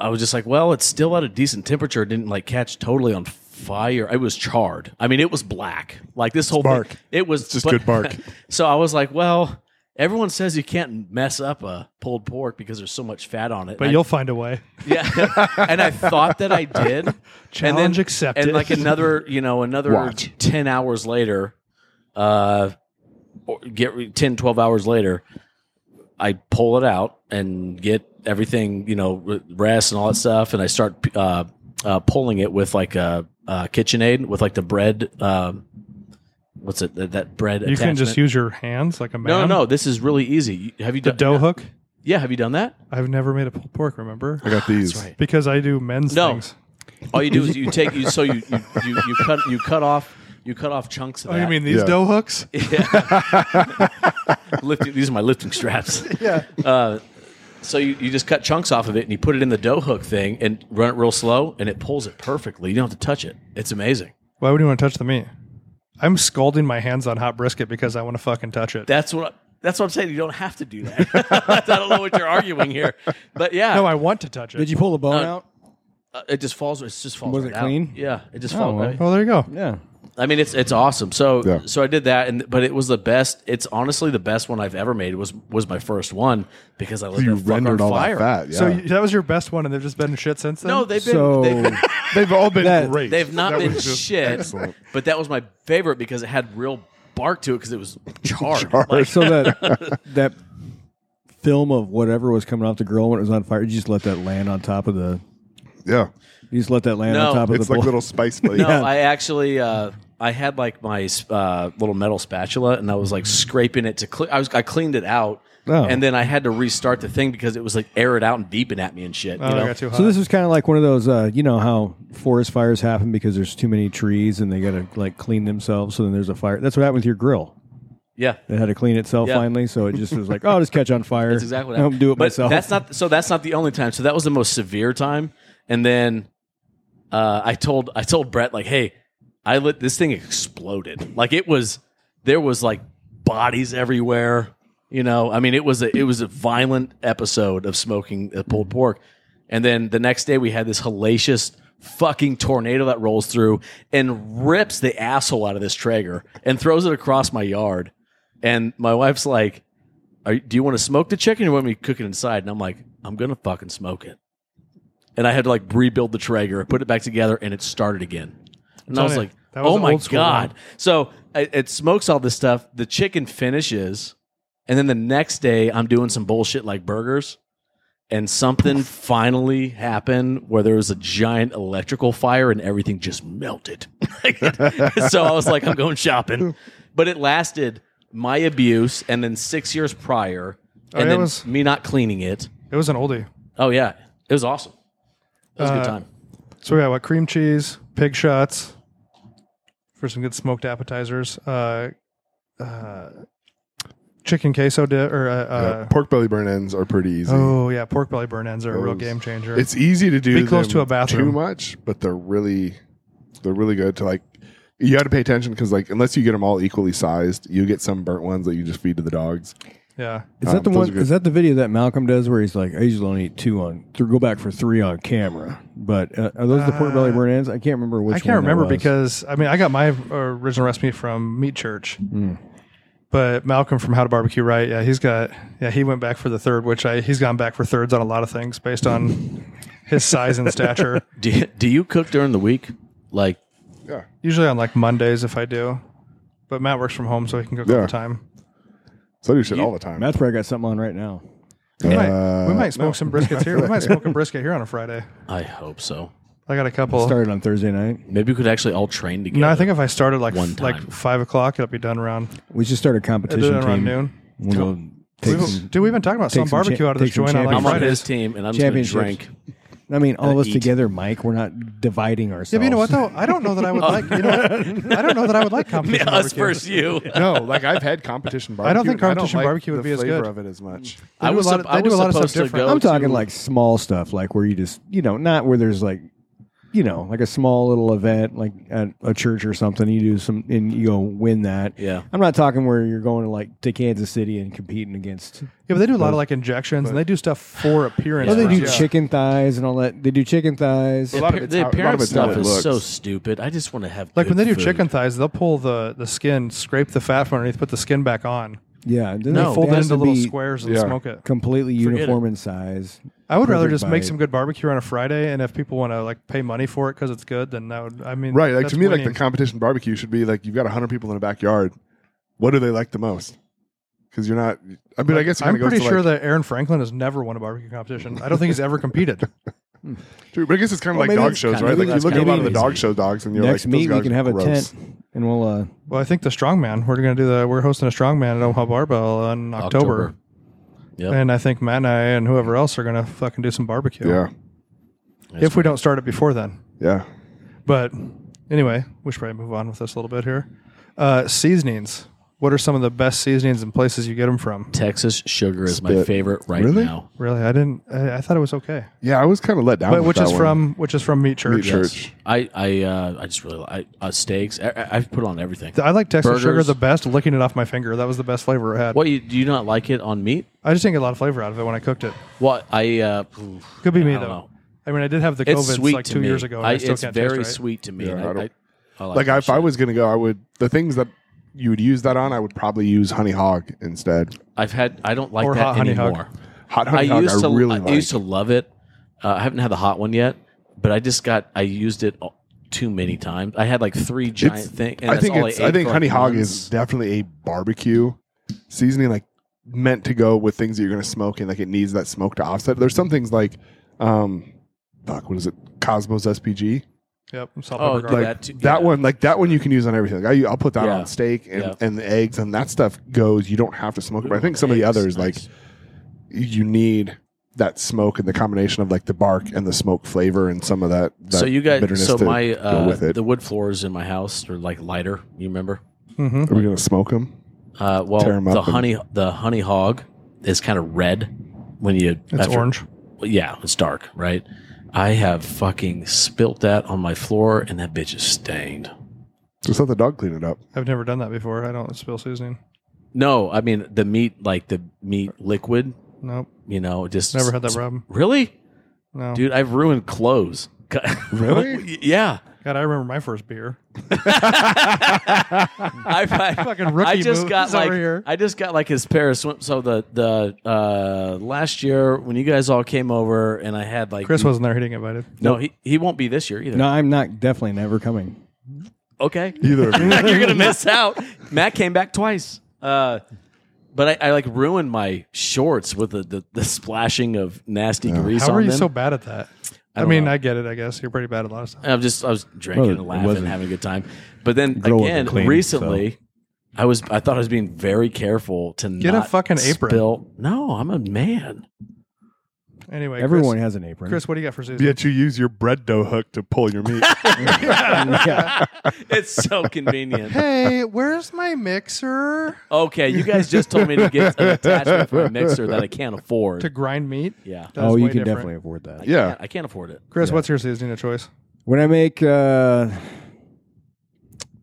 I was just like, well, it's still at a decent temperature. It didn't like catch totally on fire. It was charred. I mean, it was black. Like this whole
bark.
thing. It was
It's just good bark.
so I was like, well, everyone says you can't mess up a pulled pork because there's so much fat on it.
But
And I-
you'll find a way.
yeah. and I thought that I did. and
Challenge
then,
accepted.
And like another, you know, another
Watch.
10 hours later, uh, or get re- 10, 12 hours later, I pull it out and get everything, you know, r- rest and all that stuff. And I start, uh, uh, pulling it with like a, uh, KitchenAid with like the bread, um, what's it? That, that bread.
You can just
attachment.
use your hands like a man.
No, no, no. This is really easy. You- Have you
The
done
dough hook.
Yeah, have you done that?
I've never made a pulled pork. Remember?
I got these.
right.
Because I do men's
No.
things.
All you do is you take you so you you, you, you cut you cut off you cut off chunks of
Oh,
that.
you mean these
Yeah.
dough hooks?
lifting, these are my lifting straps. Yeah. Uh, so you, you just cut chunks off of it and you put it in the dough hook thing and run it real slow and it pulls it perfectly. You don't have to touch it. It's amazing.
Why would you want to touch the meat? I'm scalding my hands on hot brisket because I want to fucking touch it.
That's what that's what I'm saying. You don't have to do that. I don't know what you're arguing here, but yeah,
no, I want to touch it.
Did you pull the bone
Uh,
out?
uh, it just falls. It just falls.
Was
right
it
out.
clean?
Yeah, it just
Oh,
falls.
well.
right-
Well, there you go.
Yeah.
I mean, it's it's awesome. So
Yeah.
so I did that, and but it was the best. It's honestly the best one I've ever made. Was was my first one because I lit
You
that fucker on
rendered all
fire.
that fat. Yeah.
So you- that was your best one, and they've just been shit since then.
No, they've been
So
they've,
they've all been
That-
great.
they've not
That
been
was just
shit,
excellent.
but that was my favorite because it had real bark to it because it was charred. Like,
so that that film of whatever was coming off the grill when it was on fire, you just let that land on top of the.
Yeah.
You just let that land
No.
on top of
It's
the.
like
bowl.
little spice flakes.
no, I actually uh, I had like my uh, little metal spatula, and I was like scraping it to clean. I was I cleaned it out.
Oh.
And then I had to restart the thing because it was like aired out and beeping at me and shit.
oh,
you know?
I got too hot.
So this was kind of like one of those, uh, you know, how forest fires happen because there's too many trees and they got to like clean themselves. So then there's a fire. That's what happened with your grill.
Yeah,
It had to clean itself
Yeah.
finally, so it just was like, oh, just catch on fire.
That's exactly what
I'll
happened.
do it
but
myself.
That's not so. That's not the only time. So that was the most severe time. And then uh, I told I told Brett like, hey, I lit this thing exploded. Like it was there was like bodies everywhere. You know, I mean, it was a it was a violent episode of smoking a pulled pork. And then the next day we had this hellacious fucking tornado that rolls through and rips the asshole out of this Traeger and throws it across my yard. And my wife's like, are, you- do you want to smoke the chicken or want me to cook it inside? And I'm like, I'm gonna fucking smoke it. And I had to like rebuild the Traeger, put it back together, and it started again. And I
on
was
it.
like,
That
Oh
an
my
old school
god!
one.
So it, it smokes all this stuff. The chicken finishes, and then the next day I'm doing some bullshit like burgers, and something finally happened where there was a giant electrical fire and everything just melted. so I was like, I'm going shopping, but it lasted my abuse and then six years prior,
Oh,
and
yeah, it
then
was-
me not cleaning it.
It was an oldie.
Oh yeah, it was awesome. That was a
Uh,
good time.
So we got what cream cheese, pig shots for some good smoked appetizers. Uh, uh, chicken queso di- or uh,
Yeah,
uh,
pork belly burn ends are pretty easy.
oh yeah, pork belly burn ends are a real
Those-
game changer.
It's easy to do.
Be close
them
to a bathroom.
Too much, but they're really, they're really good to like. You have to pay attention because like unless you get them all equally sized, you get some burnt ones that you just feed to the dogs.
yeah,
Is that
Um,
the
those are
one?
good.
Is that the video that Malcolm does where he's like, I usually only eat two on, th- go back for three on camera. But uh, are those the pork belly
Uh,
burn ends? I can't remember which.
I can't
one that
remember
was.
because I mean I got my original recipe from Meat Church,
Mm.
but Malcolm from How to Barbecue Right, yeah, he's got yeah he went back for the third, which I he's gone back for thirds on a lot of things based on his size and stature.
Do you, do you cook during the week? Like
Yeah,
Usually on like Mondays if I do, but Matt works from home so he can cook all
Yeah.
the time.
so I do shit
You-
all the time.
Matt's probably got something on right now.
We might, we
Uh,
might smoke some briskets here. We might smoke a brisket here on a Friday.
I hope so.
I got a couple.
Started on Thursday night.
Maybe we could actually all train together.
no, I think if I started like
One
like
time.
five o'clock, it'll be done around
We should start a
it'll be
competition
done around
team.
noon.
We'll go take
We've-
some,
dude, we've been talking about
take
some
some cha-
barbecue out of this
take some
joint on like
I'm on
Fridays.
his team, and I'm just going to
Championships.
drink.
I mean, all of
Uh,
us
eat.
together, Mike. We're not dividing ourselves.
Yeah, but you know what though? I don't know that I would like. You know, what? I don't know that I would like competition
Us
barbecue.
versus you.
no, like I've had competition barbecue.
I don't think
and
competition
like
barbecue would
the
be as
flavor
good.
of it as much.
They
I
do a
was,
lot
sup-
of-
I
they do
was
a lot of
supposed
stuff
to go.
different.
I'm
to-
talking like small stuff, like where you just, you know, not where there's like, you know, like a small little event, like at a church or something. You do some, and you go win that.
yeah,
I'm not talking where you're going to like to Kansas City and competing against.
Yeah, but they do a lot of like injections and they do stuff for appearance.
Oh,
Oh, they do
Yeah.
chicken thighs and all that. They do chicken thighs.
A lot of
Appa-
it's
the
how- a lot of
appearance
it's how
stuff
it
is so
looks.
stupid. I just want to have
Like when they
good
do
food.
chicken thighs, they'll pull the the skin, scrape the fat from underneath, put the skin back on,
Yeah, then
No,
they
fold it
has
into
to
little
be
squares and
Yeah.
smoke it.
Completely
Forget
uniform in size.
I would rather
perfect
just make
bite.
some good barbecue on a Friday, and if people want to like pay money for it because it's good, then that would. I mean,
Right, like
that's
to me, like
winning.
the competition barbecue should be like you've got hundred people in a backyard. What do they like the most? Because you're not. I mean, I guess it
I'm
kinda goes
pretty
to,
sure
like,
that Aaron Franklin has never won a barbecue competition. I don't think he's ever competed.
True, but I guess it's kind of
Well,
like
maybe
dog
it's
shows,
kinda-
right? Like you
that's
look at a
kinda
lot of the
easy.
dog show dogs, and you're
Next
like,
meet,
those
we
guys
can
are
have a
gross.
tent and we'll. uh
Well, I think the strongman. We're gonna do the. We're hosting a strongman at Omaha Barbell in October,
October. Yep.
and I think Matt and I and whoever else are gonna fucking do some barbecue.
Yeah,
if we don't start it before then.
yeah.
But anyway, we should probably move on with this a little bit here. Uh, seasonings. What are some of the best seasonings and places you get them from?
Texas sugar is my
Spit.
favorite right
Really?
now.
Really, I didn't. I, I thought it was okay,
Yeah, I was kind of let down.
but
with
which
that
is
one.
from which is from Meat Church.
Meat Church.
I I uh, I just really like uh, steaks. I- I, I've put on everything.
I like Texas sugar
Burgers.
the best. Licking it off my finger, that was the best flavor I had.
What you, do you not like it on meat?
I just didn't get a lot of flavor out of it when I cooked it.
What I uh, oof,
Could be
I
me
don't
though.
know.
I mean, I did have the
It's
COVID
sweet
like
to
two
me.
years ago. And
I,
I, still
it's
can't
very
taste right.
sweet to me.
Yeah,
and
I
I, I,
don't-
I like
Like,
that
if I
shit.
was gonna go, I would the things that you would use that on, I would probably use honey hog instead.
I've had. I don't like
Or
that
hot honey hog.
anymore.
Hot honey hog, I
to
really
I
like.
used to love it. Uh, I haven't had the hot one yet, but I just got I used it all- too many times. I had like three giant
It's-
things. And
I
that's
think
all
it's,
I,
I,
ate
think
for, like,
honey hog
months.
is definitely a barbecue seasoning, like meant to go with things that you're going to smoke, and like it needs that smoke to offset. There's some things like, um, fuck, what is it? Cosmos SPG.
Yep. Salt,
Oh,
pepper,
dude,
garlic.
that too-
That
yeah.
one, like that one, you can use on everything. Like, I, I'll put that
Yeah.
on steak and,
Yeah.
and the eggs, and that stuff goes. You don't have to smoke it. But I think some of the
Eggs,
others, like
nice.
you need that smoke and the combination of like the bark and the smoke flavor and some of that. that
so you guys
bitterness
so
to
my
go
uh,
with it.
the wood floors in my house are like lighter. You remember?
Mm-hmm.
Mhm.
Are we going to smoke them?
Uh, well,
Tear 'em
the
up and-
honey the honey hog is kind of red when you
It's orange.
Well, yeah, it's dark, right? I have fucking spilt that on my floor, and that bitch is stained.
Just let the dog clean it up.
I've never done that before. I don't spill seasoning.
No, I mean the meat, like the meat liquid.
Nope.
You know, just
Never had that problem.
Really,
No.
dude? I've ruined clothes.
Really?
yeah.
God, I remember my first beer.
I've, I
Fucking rookie
I just
moves
got
over
like
here.
I just got like his pair of swim. So the the uh, last year when you guys all came over and I had like
Chris wasn't there. He didn't get invited.
no he he won't be this year either.
No, I'm not. Definitely never coming.
okay.
Either of you.
You're gonna miss out. Matt came back twice. Uh, but I, I like ruined my shorts with the, the, the splashing of nasty grease
How
on
are you
them.
so bad at that? I,
don't
mean,
know.
I get it. I guess you're pretty bad at a lot of stuff.
And I'm just I was drinking
Well,
and
it
laughing and
wasn't-
having a good time. But then
Grow wasn't
again,
clean,
recently, I was I thought I was being very careful to
Get a
not
fucking apron.
Spill. No, I'm a man.
Anyway,
Everyone
Chris,
has an apron.
Chris, what do you got for Susan?
Yet you use your bread dough hook to pull your meat.
It's so convenient.
Hey, where's my mixer
Okay, you guys just told me to get an attachment for a mixer that I can't afford.
to grind meat?
yeah,
That
oh,
is
you
way
can
different.
definitely afford that.
yeah.
I can't afford it.
Chris, what's your seasoning of choice?
When I make uh,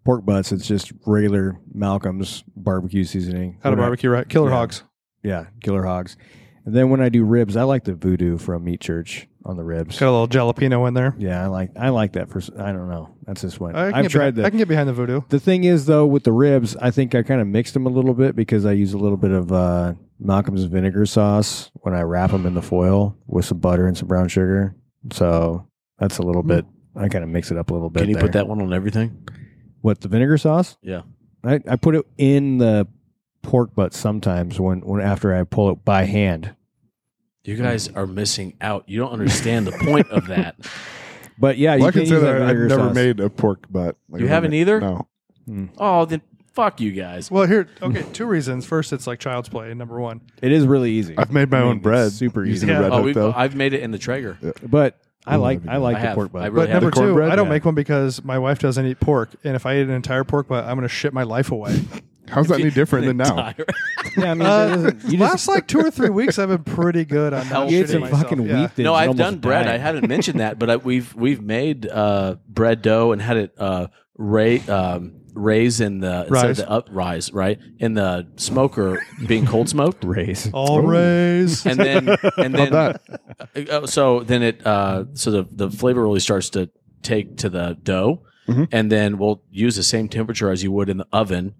pork butts, it's just regular Malcolm's barbecue seasoning.
How to
When I-
barbecue, right? Killer
Yeah.
hogs.
Yeah, killer hogs. And then when I do ribs, I like the voodoo from Meat Church on the ribs.
Got a little jalapeno in there.
Yeah, I like I like that for s- I don't know. That's just one.
I can,
I've
get
tried
behind, I
that.
can get behind the voodoo.
The thing is though with the ribs, I think I kind of mixed them a little bit because I use a little bit of uh, Malcolm's vinegar sauce when I wrap them in the foil with some butter and some brown sugar. So that's a
Hmm.
little bit. I kind of mix it up a little bit.
Can you put
there.
that one on everything?
What the vinegar sauce?
Yeah.
I, I put it in the pork butt sometimes when, when after I pull it by hand.
You guys are missing out. You don't understand the point of that.
But yeah,
Well,
you
I
can use that
consider I've
vinegar
never
sauce.
made a pork butt. Like,
You
I've
haven't
never-
either?
No.
Oh, then fuck you guys.
Well, here, okay, two reasons. First, it's like child's play, number one.
It is really easy.
I've made my
I mean,
own bread.
it's super
easy.
using the
Yeah.
red
Oh,
hook,
we've,
though.
I've made it in the Traeger.
but I
Ooh,
like
that'd be
I like
I
the
have.
pork butt.
I really
But
Yeah,
number
the
two,
cornbread,
I don't
yeah.
make one because my wife doesn't eat pork, and if I eat an entire pork butt, I'm going to shit my life away.
How's that any different than now?
Entire-
yeah, I mean,
Uh,
that isn't- you
last
just
like two or three weeks, I've been pretty good on not
Healthy.
shitting
it's a
myself.
fucking
Yeah.
week. that
no,
you
I've
almost
done bread.
die.
I hadn't mentioned that, but I, we've we've made uh, bread dough and had it uh, ra- um, raise in the instead
Rise.
of the up rise right in the smoker being cold smoked.
raise.
All raise.
Oh. And then, and then, Uh, so then it, uh, so the, the flavor really starts to take to the dough,
Mhm.
and then we'll use the same temperature as you would in the oven,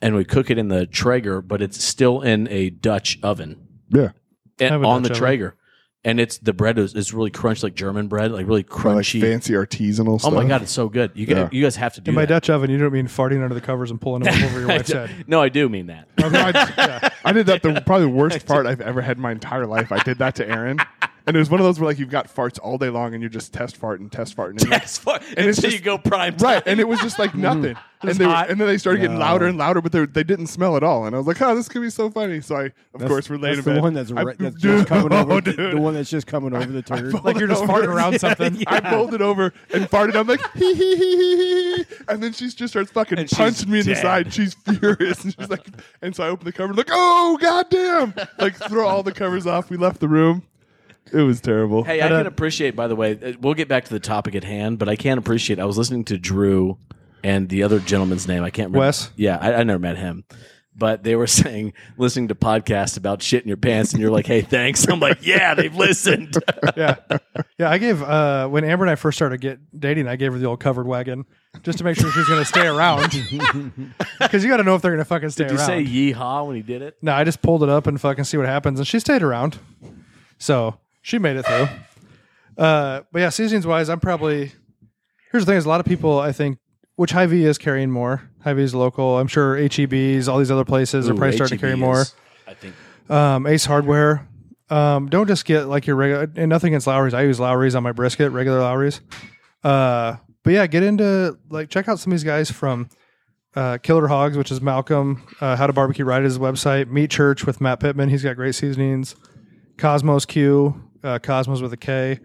and we cook it in the Traeger, but it's still in a Dutch oven.
Yeah.
I have
and,
a
on
Dutch
the
oven.
Traeger, and it's the bread is it's really crunched like German bread, like really
Kinda Like
crunchy.
fancy artisanal
oh
stuff.
my god, it's so good! You guys,
Yeah.
you guys have to do
In my
that.
Dutch oven, you don't mean farting under the covers and pulling them over your wife's head.
no, I do mean that.
I, mean, I- I did that the probably the worst fart I've ever had in my entire life. I did that to Aaron. And it was one of those where like you've got farts all day long and you're just test farting, test farting. And
That's far,
And it's
until
just-
you go prime time.
Right, and it was just like nothing. and, they were,
hot.
and then they started getting
No.
louder and louder, but they they didn't smell at all. And I was like, "Oh, this could be so funny." So I, of course, we're late
that's
in
the
bed.
one that's,
I-
right, that's
dude,
just coming over.
oh,
the-
dude.
The one that's just coming over the turd.
Like you're just farting around
something.
I pulled it over and farted. I'm like, hee hee hee hee hee, and then she just starts fucking
And she's
punching me in the
dead.
side. She's furious, and she's like, and so I open the cover, like, oh goddamn! Like throw all the covers off. We left the room. It was terrible.
Hey, I can appreciate. By the way, uh, we'll get back to the topic at hand, but I can appreciate. I was listening to Drew and the other gentleman's name. I can't remember.
Wes?
Yeah, I, I never met him, but they were saying listening to podcasts about shit in your pants, and you're like, "Hey, thanks." I'm like, "Yeah, they've listened."
yeah, yeah. I gave uh, when Amber and I first started get dating, I gave her the old covered wagon just to make sure she's going to stay around. Because you got to know if they're going to fucking stay
Did you
around.
say "yeehaw" when he did it?
no, I just pulled it up and fucking see what happens, and she stayed around, so she made it through. Uh, but yeah, seasonings wise, I'm probably. Here's the thing: is a lot of people I think, which Hy-Vee is carrying more. Hy-Vee is local. I'm sure HEBs, all these other places are
Ooh, E
probably starting to carry
HEB
more
is, I think.
um, Ace Hardware. Um, don't just get like your regular and nothing against Lowry's. I use Lowry's on my brisket, regular Lowry's. Uh, but yeah, get into like check out some of these guys from uh, Killer Hogs, which is Malcolm. Uh, How to Barbecue Right is his website. Meat Church with Matt Pittman. He's got great seasonings. Cosmos Q, uh, Cosmos with a K.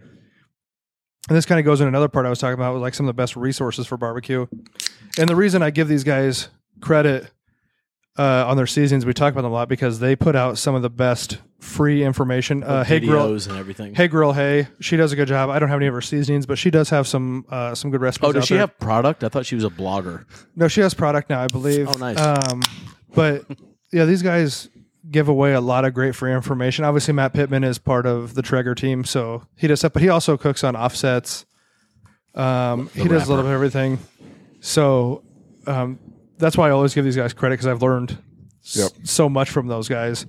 And this kind of goes in another part I was talking about with like some of the best resources for barbecue. And the reason I give these guys credit uh, on their seasons, we talk about them a lot because they put out some of the best free information. Uh, hey, Grill,
Videos and everything.
Hey Grill, Hey, she does a good job. I don't have any of her seasonings, but she does have some uh, some good recipes.
oh, does
out
she
there.
have product? I thought she was a blogger.
No, she has product now, I believe.
Oh, nice.
Um, but yeah, these guys give away a lot of great free information. Obviously, Matt Pittman is part of the Traeger team, so he does stuff. But he also cooks on offsets. Um, he does a little bit of everything. So um, that's why I always give these guys credit because I've learned s-
Yep.
so much from those guys.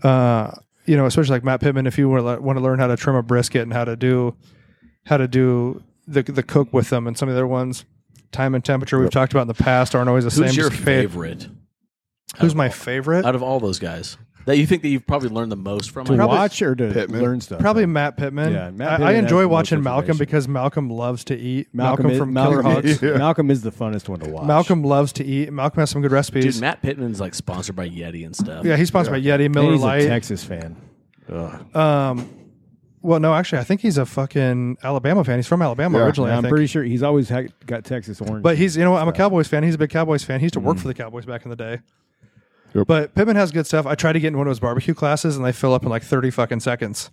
Uh, you know, especially like Matt Pittman, if you want to learn how to trim a brisket and how to do how to do the the cook with them and some of the other ones time and temperature we've talked about in the past aren't always the same.
Who's your
Just fa-
favorite?
Who's my favorite?
out of all those guys that you think that you've probably learned the most from?
to
I-
watch or to
Pittman.
learn stuff.
Probably Matt Pittman. I- I,
Yeah, Matt Pittman has the
enjoy
most
watching Malcolm
information.
because Malcolm loves to eat. Malcolm,
Malcolm, is-
from
Malcolm,
Killer Hogs.
is- Malcolm is the funnest one to watch.
Malcolm loves to eat. Malcolm has some good recipes.
dude, Matt Pittman's like sponsored by Yeti and stuff.
yeah, he's sponsored by Yeti,
And
Miller
he's
Lite.
a Texas fan.
Um, well, no, actually, I think he's a fucking Alabama fan. He's from Alabama
Yeah,
originally.
Yeah,
I
I'm
think.
pretty sure he's always ha- got Texas orange.
But he's, you know, what, I'm a Cowboys fan. He's a big Cowboys fan. He used to
Mm-hmm.
work for the Cowboys back in the day.
Yep.
But Pittman has good stuff. I tried to get in one of his barbecue classes, and they fill up in like 30 fucking seconds.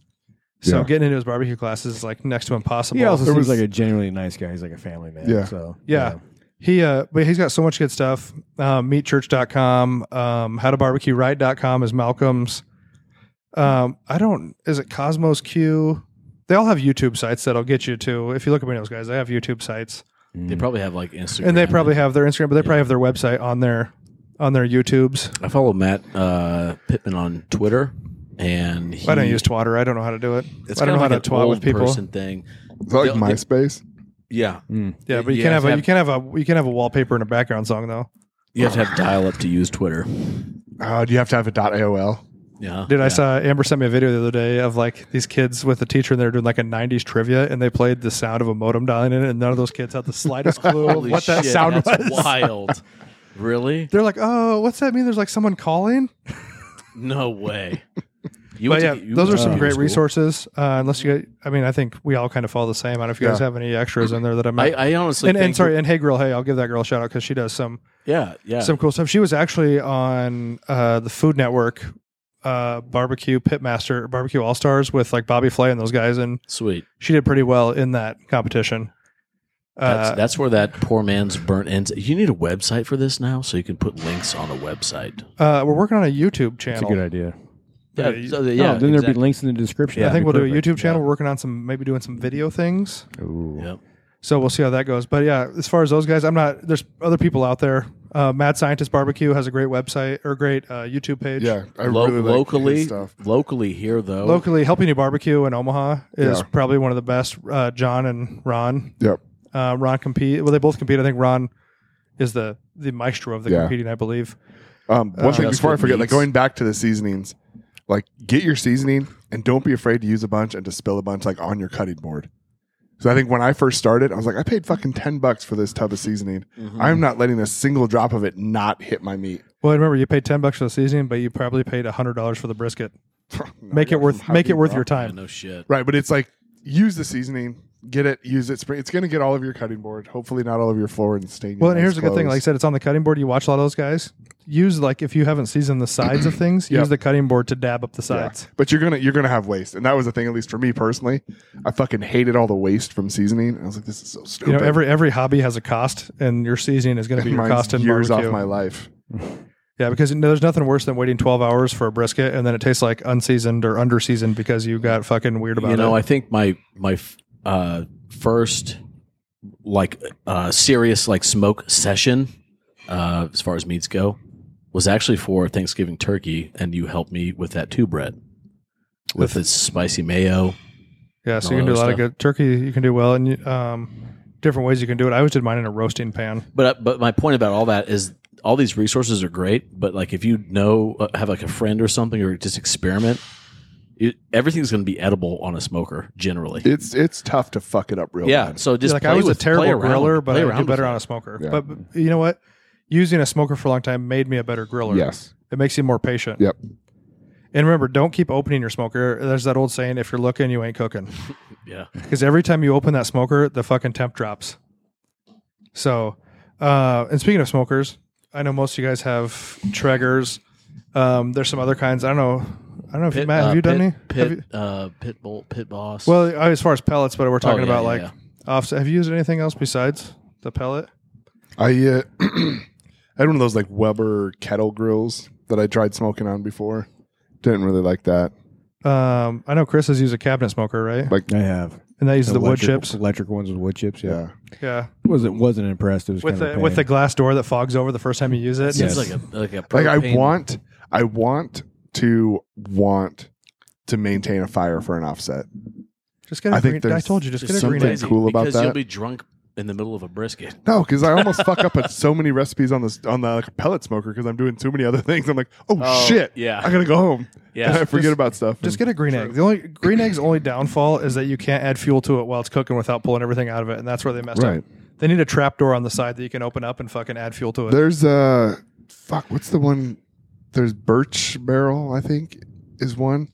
So
Yeah.
getting into his barbecue classes is like next to impossible.
he also
There
seems
was-
like a genuinely nice guy. He's like a family man.
Yeah.
So
yeah. He, uh, but he's got so much good stuff. Um, meatchurch.com, um, howtobarbecueright.com is Malcolm's. Um, I don't, is it Cosmos Q? They all have YouTube sites that'll get you to, if you look at any of those guys, they have YouTube sites.
they probably have like Instagram.
and they probably have their Instagram, but they probably have their website on their on their YouTubes.
I follow Matt uh, Pittman on Twitter, and he,
I don't use Twitter. I don't know how to do it.
Mm. It's
I don't
kind
know
of
how to
like an
twat with
old
people. Hmm.
person thing.
Is that like
They'll- they-
MySpace?
Yeah,
Yeah, but you
Yeah,
can't have
so
a
have-
you can't have a you can't have a wallpaper and a background song though.
you have to have dial up to use Twitter.
Uh, do you have to have a .AOL?
Yeah,
Dude,
Yeah.
I saw Amber sent me a video the other day of like these kids with a teacher and they're doing like a '90s trivia and they played the sound of a modem dialing in it and none of those kids had the slightest clue of
Holy
what that
shit,
sound
that's
was.
Wild. Really?
They're like, "Oh, what's that mean? There's like someone calling."
No way. You
But
went to-
yeah,
you
those
went
are
to
some
computer
great
school.
resources. Uh, unless you, guys, I mean, I think we all kind of follow the same. I don't know if you guys
Yeah.
have any extras in there that I'm not
I, I honestly
and,
think
and sorry, and hey girl, hey, I'll give that girl a shout out because she does some
yeah, yeah.
some cool stuff. She was actually on uh, the Food Network uh, barbecue pitmaster barbecue all stars with like Bobby Flay and those guys, and
Sweet.
she did pretty well in that competition.
That's
Uh,
that's where that poor man's burnt ends. You need a website for this now, so you can put links on a website.
uh, we're working on a YouTube
It's a
channel.
good idea.
Yeah,
Yeah,
you-
so, yeah.
oh, then there'd be
exactly.
links in the description.
Yeah,
I think we'll
That'd
do
be
a YouTube
Yeah.
channel. We're working on some maybe doing some video things.
perfect. Ooh.
Yep.
So we'll see how that goes. But yeah, as far as those guys, I'm not. There's other people out there. Uh, Mad Scientist Barbecue has a great website or great uh, YouTube page.
Yeah, I
Lo-
really like
locally,
his stuff.
locally here though.
locally helping you barbecue in omaha is
Yeah.
probably one of the best uh, john and ron
Yep.
uh, ron compete well they both compete i think ron is the the maestro of the
Yeah.
competing i believe
Um,
Uh,
one thing
Just
before I
with
forget, like
meats.
going back to the seasonings, like get your seasoning and don't be afraid to use a bunch and to spill a bunch like on your cutting board. So I think when I first started, I was like, I paid fucking ten bucks for this tub of seasoning.
Mm-hmm.
I'm not letting a single drop of it not hit my meat.
well remember you paid 10 bucks for the seasoning but you probably paid $100 for the brisket make it worth make it worth your
Yeah,
time
no shit.
Right, but it's like use the seasoning, get it, use it. Spray. It's going to get all of your cutting board. Hopefully, not all of your floor and stain. your
well and
nice
here's a good thing like i
clothes.
said it's on the cutting board you watch a lot of those guys use like if you haven't seasoned the sides of things
Yep.
use the cutting board to dab up the sides
But you're gonna you're gonna have waste, and that was the thing. At least for me personally, I fucking hated all the waste from seasoning. I was like, this is so stupid.
You know, every every hobby has a cost, and your seasoning is going to be your
Mine's
cost in
years
barbecue.
off my life.
Yeah, because you know, there's nothing worse than waiting 12 hours for a brisket and then it tastes like unseasoned or underseasoned because you got fucking weird about
you know
it.
i think my my f- uh first like uh serious like smoke session uh as far as meats go was actually for thanksgiving turkey and you helped me with that too brett with its spicy mayo
yeah, so
all
you can do a
that
lot of
stuff.
good turkey. You can do well and you- um, different ways you can do it. I always did mine in a roasting pan.
but but my point about all that is all these resources are great but like if you know uh, have like a friend or something or just experiment it, everything's going to be edible on a smoker generally
It's it's tough to fuck it up real.
yeah
bad.
so just
Yeah, like
play
I was a
with-
terrible
play around,
griller, but
play
I
around
do better
with
on
it.
a smoker.
Yeah.
But but you know what? Using a smoker for a long time made me a better griller.
Yes.
It makes you more patient.
Yep.
And remember, don't keep opening your smoker. There's that old saying, if you're looking, you ain't cooking.
yeah
because every time you open that smoker, the fucking temp drops. So, uh, and speaking of smokers, I know most of you guys have Traegers. Um, there's some other kinds. I don't know. I don't know if you, Matt, have
uh,
you done
pit,
any?
Pit,
Have you-
uh, pit bull, pit boss.
well, uh, as far as pellets, but we're talking
Oh, yeah,
about
yeah,
like
yeah.
offset. Have you used anything else besides the pellet?
I uh, had one of those like Weber kettle grills that I tried smoking on before. Didn't really like that.
Um, I know Chris has used a cabinet smoker, right?
Like-
I have
and that uses the wood
Electric-
chips.
Electric ones with wood chips. Yeah,
Yeah,
Yeah,
wasn't wasn't impressed. It was
with
kind of
the with the glass door that fogs over the first time you use it.
Seems
Yes.
like a like a
like I
propane-
want I want to want to maintain a fire for an offset.
Just get a
I think
green. I
there's
told you, just,
just
get a
something
green. egg.
cool about
because you'll
that.
be drunk in the middle of a brisket.
No, because I almost fuck up at so many recipes on this on the like, pellet smoker because I'm doing too many other things. I'm like, oh,
Oh,
shit,
yeah.
I gotta go home.
Yeah.
I forget about stuff.
Just get a green egg. The only green egg's only downfall is that you can't add fuel to it while it's cooking without pulling everything out of it, and that's where they messed
Right.
up. They need a trap door on the side that you can open up and fucking add fuel to it.
There's uh, fuck. What's the one? There's birch barrel. I think is one,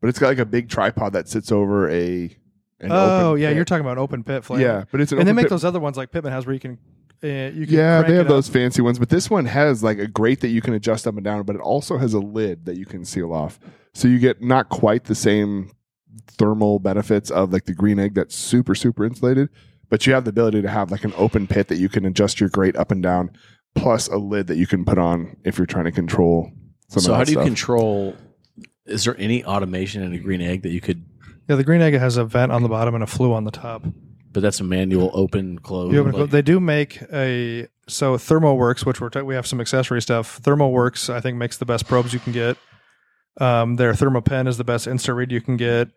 but it's got like a big tripod that sits over a. An
oh
open
yeah,
pit.
you're talking about an open pit flame.
Yeah, but it's an
and they
open
make
pit-
those other ones like Pittman has where you can, uh, you can
Yeah,
crank
they
it
have
up.
those fancy ones, but this one has like a grate that you can adjust up and down, but it also has a lid that you can seal off. So you get not quite the same thermal benefits of like the green egg that's super super insulated, but you have the ability to have like an open pit that you can adjust your grate up and down plus a lid that you can put on if you're trying to control some
so
of
how
that
do you
stuff.
control? Is there any automation in a green egg that you could?
Yeah, the green egg has a vent on the bottom and a flue on the top.
But that's a manual open close.
You open
like-
they do make a so ThermoWorks, which we're ta- we have some accessory stuff. ThermoWorks, I think, makes the best probes you can get. Um, their ThermoPen is the best instant read you can get,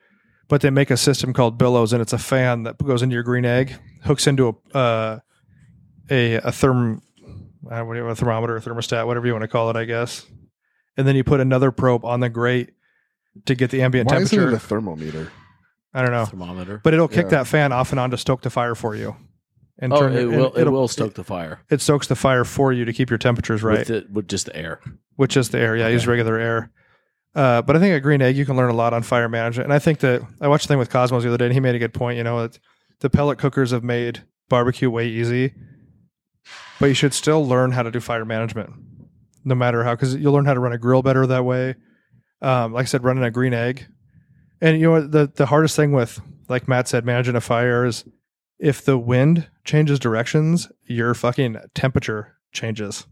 but they make a system called Billows, and it's a fan that goes into your green egg, hooks into a uh, a a therm, I don't know, a thermometer, a thermostat, whatever you want to call it, I guess. And then you put another probe on the grate to get the ambient
Why isn't
temperature.
it a thermometer?
I don't know,
thermometer.
but it'll kick
Yeah.
that fan off and on to stoke the fire for you. And
oh,
turn
it
and
will. It
it'll-
will stoke the fire
it soaks the fire for you to keep your temperatures right,
with, the, with just the air.
which is the air. Yeah, use regular air. Uh, but I think at Green Egg, you can learn a lot on fire management. And I think that I watched a thing with Cosmos the other day, and he made a good point. You know, that the pellet cookers have made barbecue way easy, but you should still learn how to do fire management, no matter how, because you'll learn how to run a grill better that way. Um, like I said, running a green egg, and you know what, the the hardest thing with, like Matt said, managing a fire is if the wind changes directions, your fucking temperature changes.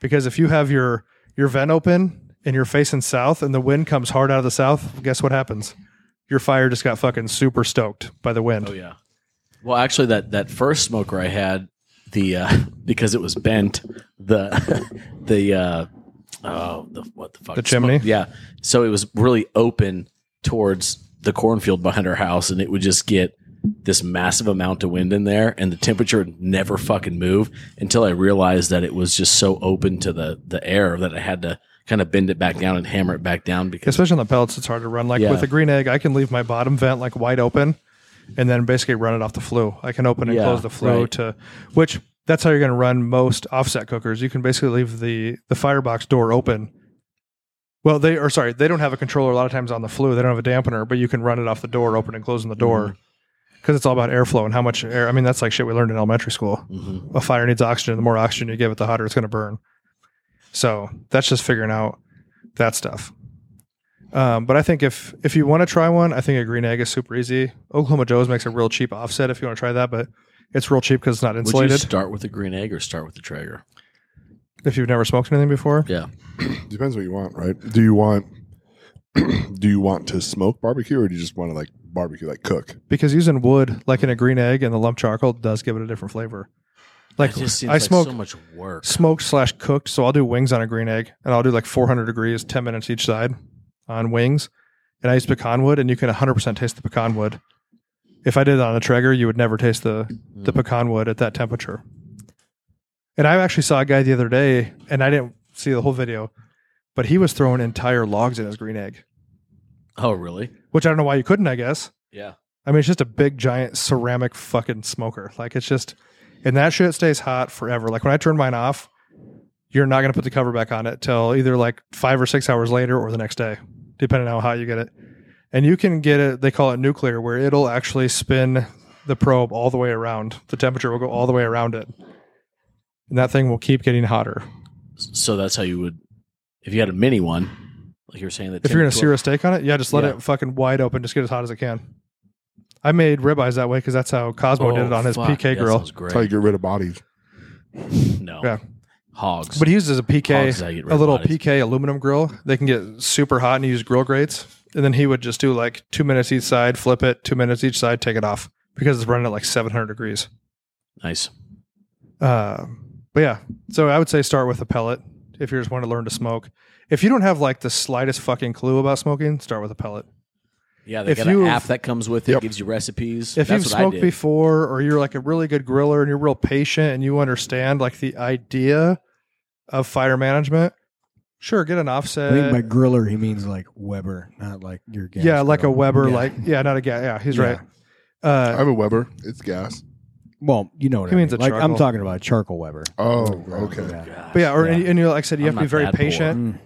Because if you have your your vent open and you're facing south and the wind comes hard out of the south, guess what happens? Your fire just got fucking super stoked by the wind.
Oh yeah. Well, actually, that that first smoker I had, the uh, because it was bent, the the uh, oh the what the fuck
The chimney?
yeah. So it was really open towards the cornfield behind our house, and it would just get this massive amount of wind in there, and the temperature would never fucking move until I realized that it was just so open to the the air that I had to kind of bend it back down and hammer it back down because
Especially on the pellets, it's hard to run. Like
Yeah.
with a green egg, I can leave my bottom vent like wide open and then basically run it off the flue. I can open and
Yeah,
close the flue
right.
to which that's how you're gonna run most offset cookers. You can basically leave the the firebox door open. Well, they are sorry, they don't have a controller a lot of times on the flue. They don't have a dampener, but you can run it off the door, open and closing the
Mm-hmm.
door. Because it's all about airflow and how much air. I mean, that's like shit we learned in elementary school.
Mhm.
A fire needs oxygen. The more oxygen you give it, the hotter it's going to burn. So that's just figuring out that stuff. Um, but I think if if you want to try one, I think a green egg is super easy. Oklahoma Joe's makes a real cheap offset if you want to try that, but it's real cheap because it's not
would you
insulated.
start with a green egg or start with the Traeger?
if you've never smoked anything before,
Yeah.
Depends what you want, right? Do you want do you want to smoke barbecue or do you just want to like barbecue like cook?
because using wood like in a green egg and the lump charcoal does give it a different flavor. Like
It just seems
I
like
smoke
so much work.
smoked slash cooked. So I'll do wings on a green egg, and I'll do like 400 degrees, 10 minutes each side on wings. And I use pecan wood, and you can 100% taste the pecan wood. If I did it on a Traeger, you would never taste the the pecan wood at that temperature. And I actually saw a guy the other day, and I didn't see the whole video, but he was throwing entire logs in his green egg,
Oh, really?
which I don't know why you couldn't. I guess
Yeah.
I mean, it's just a big, giant ceramic fucking smoker. Like, it's just, and that shit stays hot forever. Like, when I turn mine off, you're not going to put the cover back on it till either like five or six hours later or the next day, depending on how hot you get it. And you can get it, they call it nuclear, where it'll actually spin the probe all the way around. The temperature will go all the way around it. And that thing will keep getting hotter.
So that's how you would, if you had a mini one, like you were saying that.
If you're going to sear a steak on it, yeah, just let
Yeah.
it fucking wide open. Just get as hot as it can. I made ribeyes that way because that's how Cosmo did
Oh,
it on his PK grill.
That's how you
Great.
get rid of bodies.
No.
Yeah.
Hogs.
But he uses a
Hogs is
PK,
how you get rid
a
of
little
bodies.
PK aluminum grill. They can get super hot and you use grill grates. And then he would just do like two minutes each side, flip it, two minutes each side, take it off because it's running at like 700 degrees.
nice.
Uh, but yeah, so I would say start with a pellet if you just want to learn to smoke. If you don't have like the slightest fucking clue about smoking, start with a pellet.
Yeah, they
If
got an
you-
app that comes with it,
Yep.
gives you recipes.
If
That's
you've
what I
smoked
did.
before, or you're like a really good griller and you're real patient and you understand like the idea of fire management, sure, get an
I think
offset.
by griller he means like Weber, not like your gas.
uh, yeah, like a
grill.
Weber,
Yeah.
like yeah, not a guy. Yeah, he's
Yeah.
right. Uh,
I have a Weber. It's gas.
Well, you know what
He
I
means
mean.
a
like I'm
charcoal.
talking about charcoal Weber.
Oh,
Grill,
okay.
yeah.
Gosh,
but yeah, or and,
yeah.
and you like I said, you
I'm
have to be
not
very
that poor.
patient.
Mm.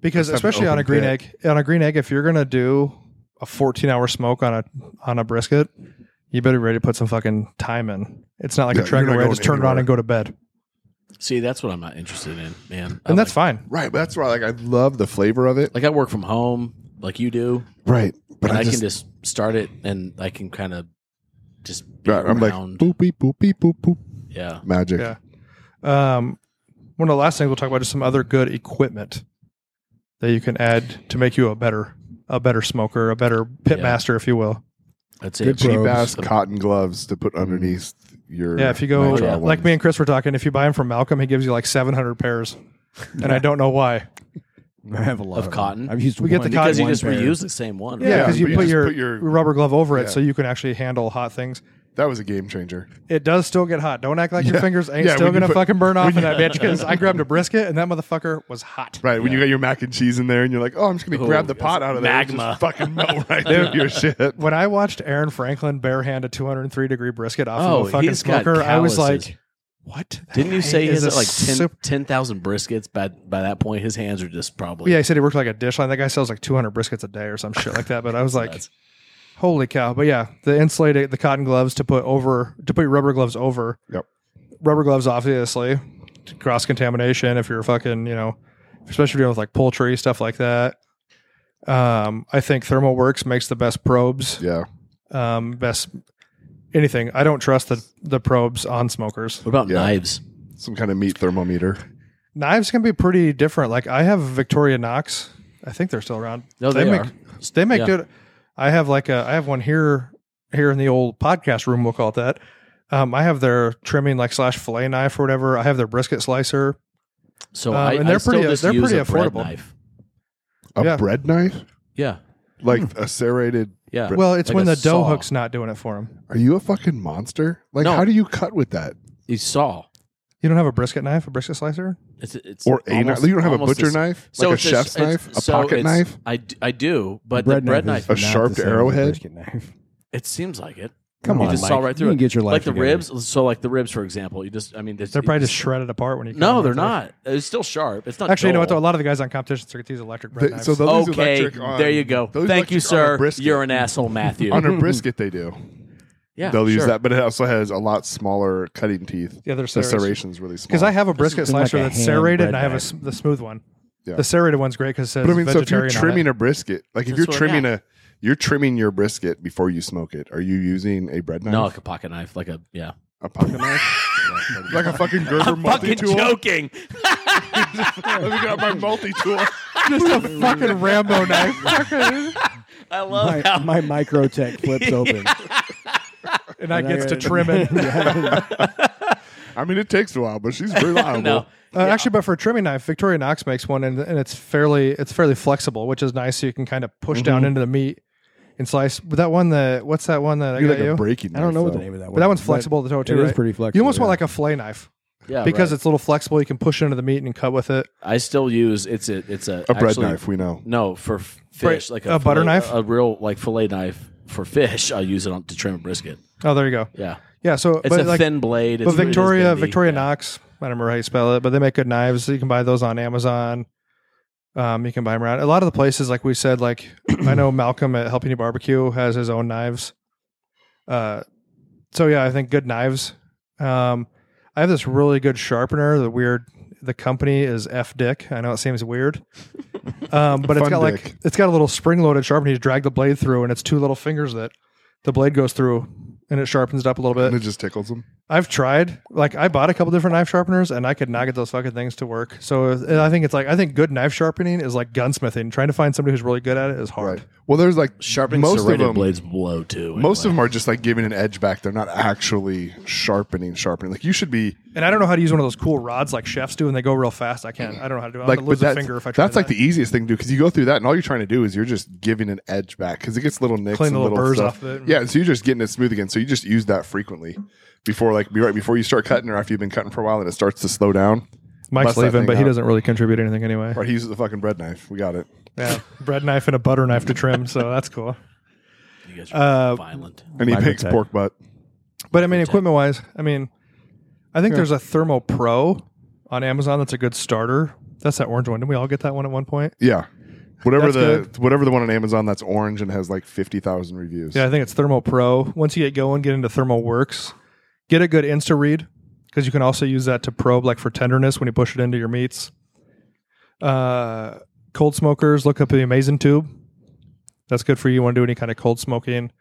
because
Just have an
especially on
open
a green
pit.
egg on a green egg if you're gonna do a 14 hour smoke on a on a brisket you better be ready to put some fucking time in it's not like
Yeah,
a
you're
trigger
not
where i
going
just turn it on
anywhere.
and go to bed
See, that's what I'm not interested in, man. I
and that's
like,
fine
Right, but that's why like I love the flavor of it.
like I work from home, like you do,
Right, but
and I,
I, just,
can just start it, and I can kind of just be
right, I'm like
around.
boop beep boop beep boop boop
yeah,
magic.
Yeah. um one of the last things we'll talk about is some other good equipment that you can add to make you a better a better smoker a better pit
Yeah.
master if you will
that's it.
Good
Cheap
Probes.
ass cotton gloves to put underneath your
yeah if you go
nitrile
yeah.
ones.
like me and chris were talking if you buy them from malcolm he gives you like 700 pairs and i don't know why
I have a lot
Of
them.
cotton?
I've used
We get
one-
the
because you
one
just
pair.
reuse the same one.
yeah
Yeah,
because
but
you,
you
put
just
your,
put your-
rubber glove over it
Yeah.
so you can actually handle hot things
that was a game changer.
It does still get hot. Don't act like your
Yeah.
fingers ain't
Yeah,
still
when you
gonna
put-
fucking burn off in that bitch because I grabbed a brisket and that motherfucker was hot.
Right when you got your mac and cheese in there, and you're like, "Oh, I'm just gonna
Oh,
grab the
yes.
pot out of there, and
Magma.
just fucking melt right through your shit."
When I watched Aaron Franklin barehand a 203 degree brisket off
Oh,
of a fucking
he's got
smoker, I was
calluses.
like, "What? the
Didn't you
heck
say he
is
has
this
like 10
soup?"
10,000 briskets? By by that point, his hands are just probably
Yeah, he said he worked like a dish line. That guy sells like 200 briskets a day or some shit like that. But I was like,
That's-
"Holy cow!" But yeah, the insulated the cotton gloves to put over to put your rubber gloves over.
Yep.
Rubber gloves, obviously, cross contamination. If you're fucking, you know, especially if you're dealing with like poultry stuff like that. Um, I think ThermalWorks makes the best probes.
Yeah,
Um, best anything. I don't trust the the probes on smokers.
What about
Yeah.
knives?
some kind of meat thermometer.
Knives can be pretty different. Like I have Victoria Knox. I think they're still around.
No, they,
make
are.
they make
Yeah.
good. I have like a I have one here here in the old podcast room. We'll call it that. Um, I have their trimming like slash fillet knife or whatever. I have their brisket slicer.
So
Um,
I,
and
I
they're
still
pretty-
just
they're
use
pretty
a bread
affordable.
knife.
A
Yeah.
bread knife,
Yeah,
like a serrated.
yeah.
Well, it's
Like
when the
a
dough
saw.
hook's not doing it for them.
Are you a fucking monster? Like,
No.
how do you cut with that?
You saw.
You don't have a brisket knife, a brisket slicer?
It's, it's
Or a
almost-
knife? You don't have a
almost
butcher
as-
knife,
So
like a
it's just-
chef's
it's-
knife, a
so
pocket
it's-
knife.
I, d- I do, but
bread
the bread
knife,
knife,
is not
A
the
sharp
same as a
arrowhead?
brisket knife.
it seems like it.
Come
you
on,
just
Mike.
saw right
You
through
can
it.
get your life
like the
together.
ribs. So like the ribs, for example, you just I mean it's,
They're probably
it's-
just shredded apart when you. cut
no,
them.
they're not. It's still sharp. It's not
Actually, you know what? Though? A
dull.
lot of the guys on competition circuits use electric bread
They-
knives.
so they'll- Those
Okay,
electric on-
there you go.
those
Thank you,
electric on a
sir.
brisket.
You're an asshole, Matthew.
On a brisket, they do.
yeah,
They'll use
sure.
that, but it also has a lot smaller cutting teeth.
Yeah, they're
the
serrated.
serration's really small.
because I have a brisket
something like
slicer
a
that's
hand
serrated,
bread
and I have a
knife.
s the smooth one.
Yeah.
The serrated one's great because it says
But I mean, so if you're
vegetarian.
trimming
on it.
a brisket, like if
That's
you're
what-
trimming
yeah.
a, you're trimming your brisket before you smoke it. Are you using a bread knife?
No, like a pocket knife, like a yeah.
a pocket knife, like a fucking Gerber multi
Fucking
tool.
joking.
Let me get out my multi tool.
just a fucking Rambo knife,
I love how
My, my micro tech flips open.
and I gets to trim it.
Yeah.
I mean, it takes a while, but she's reliable.
no.
Uh, Actually, but for a trimming knife, Victoria Knox makes one, and, and it's fairly it's fairly flexible, which is nice. So you can kind of push down into the meat and slice. But that one, that what's that one that I
You're
got
like
you?
a breaking.
I don't know
knife,
what the
though.
name of that one.
but that one's
is,
flexible. the toe
It
too,
is
right?
pretty flexible.
You almost want
yeah.
like a fillet knife
Yeah,
because
right.
it's a little flexible. You can push into the meat and cut with it.
I still use it's a it's a
A bread
actually-
knife, we know.
No, for f- fish, like
a butter
fillet-
knife?
a real like fillet knife for fish. I use it on, to trim a brisket.
Oh, there you go.
Yeah,
Yeah. So,
it's
but
a
like,
thin blade. It's
but
what it is
Victoria,
gonna be.
Victoria
Yeah.
Knox. I don't remember how you spell it, but they make good knives. You can buy those on Amazon. Um, you can buy them around a lot of the places, like we said. Like I know Malcolm at Helping You Barbecue has his own knives. Uh, so yeah, I think good knives. Um, I have this really good sharpener. The weird, the company is F Dick. I know it seems weird, um, but it's
Fun
got like
dick.
it's got a little spring loaded sharpener. You drag the blade through, and it's two little fingers that the blade goes through, and it sharpens it up a little bit.
And it just tickles them.
I've tried. Like I bought a couple different knife sharpeners, and I could not get those fucking things to work. So and I think it's like I think good knife sharpening is like gunsmithing. Trying to find somebody who's really good at it is hard.
Right. Well, there's like
Sharpening
most of
serrated
them.
blades blow too.
Most of
anyway.
them are just like giving an edge back. They're not actually sharpening, sharpening. Like you should be
And I don't know how to use one of those cool rods like chefs do, and they go real fast. I can't. I don't know how to do. it. I'm
like,
gonna
but
lose a
that's,
finger if I try
that's like
that.
the easiest thing to do because you go through that and all you're trying to do is you're just giving an edge back because it gets little nicks
Clean
and
the little
little,
burrs
stuff.
off of it.
Yeah, so you're just getting it smooth again. So you just use that frequently before, like, be right before you start cutting or after you've been cutting for a while and it starts to slow down.
Mike's
bust that
leaving,
thing
but he
out.
doesn't really contribute anything anyway.
Right, he uses the fucking bread knife. We got it.
Yeah, bread knife and a butter knife to trim, so that's cool.
you guys are
uh,
violent.
And he
Microtech.
makes pork butt.
But I mean, equipment wise, I mean, I think there's a Thermo Pro on Amazon that's a good starter. That's that orange one. Didn't we all get that one at one point?
Yeah. Whatever
That's
the whatever the one on Amazon that's orange and has like fifty thousand reviews.
Yeah, I think it's Thermo Pro. Once you get going, get into Thermo Works, get a good Insta read because you can also use that to probe like for tenderness when you push it into your meats. Uh, cold smokers, look up the Amazing Tube. That's good for you. Want to do any kind of cold smoking?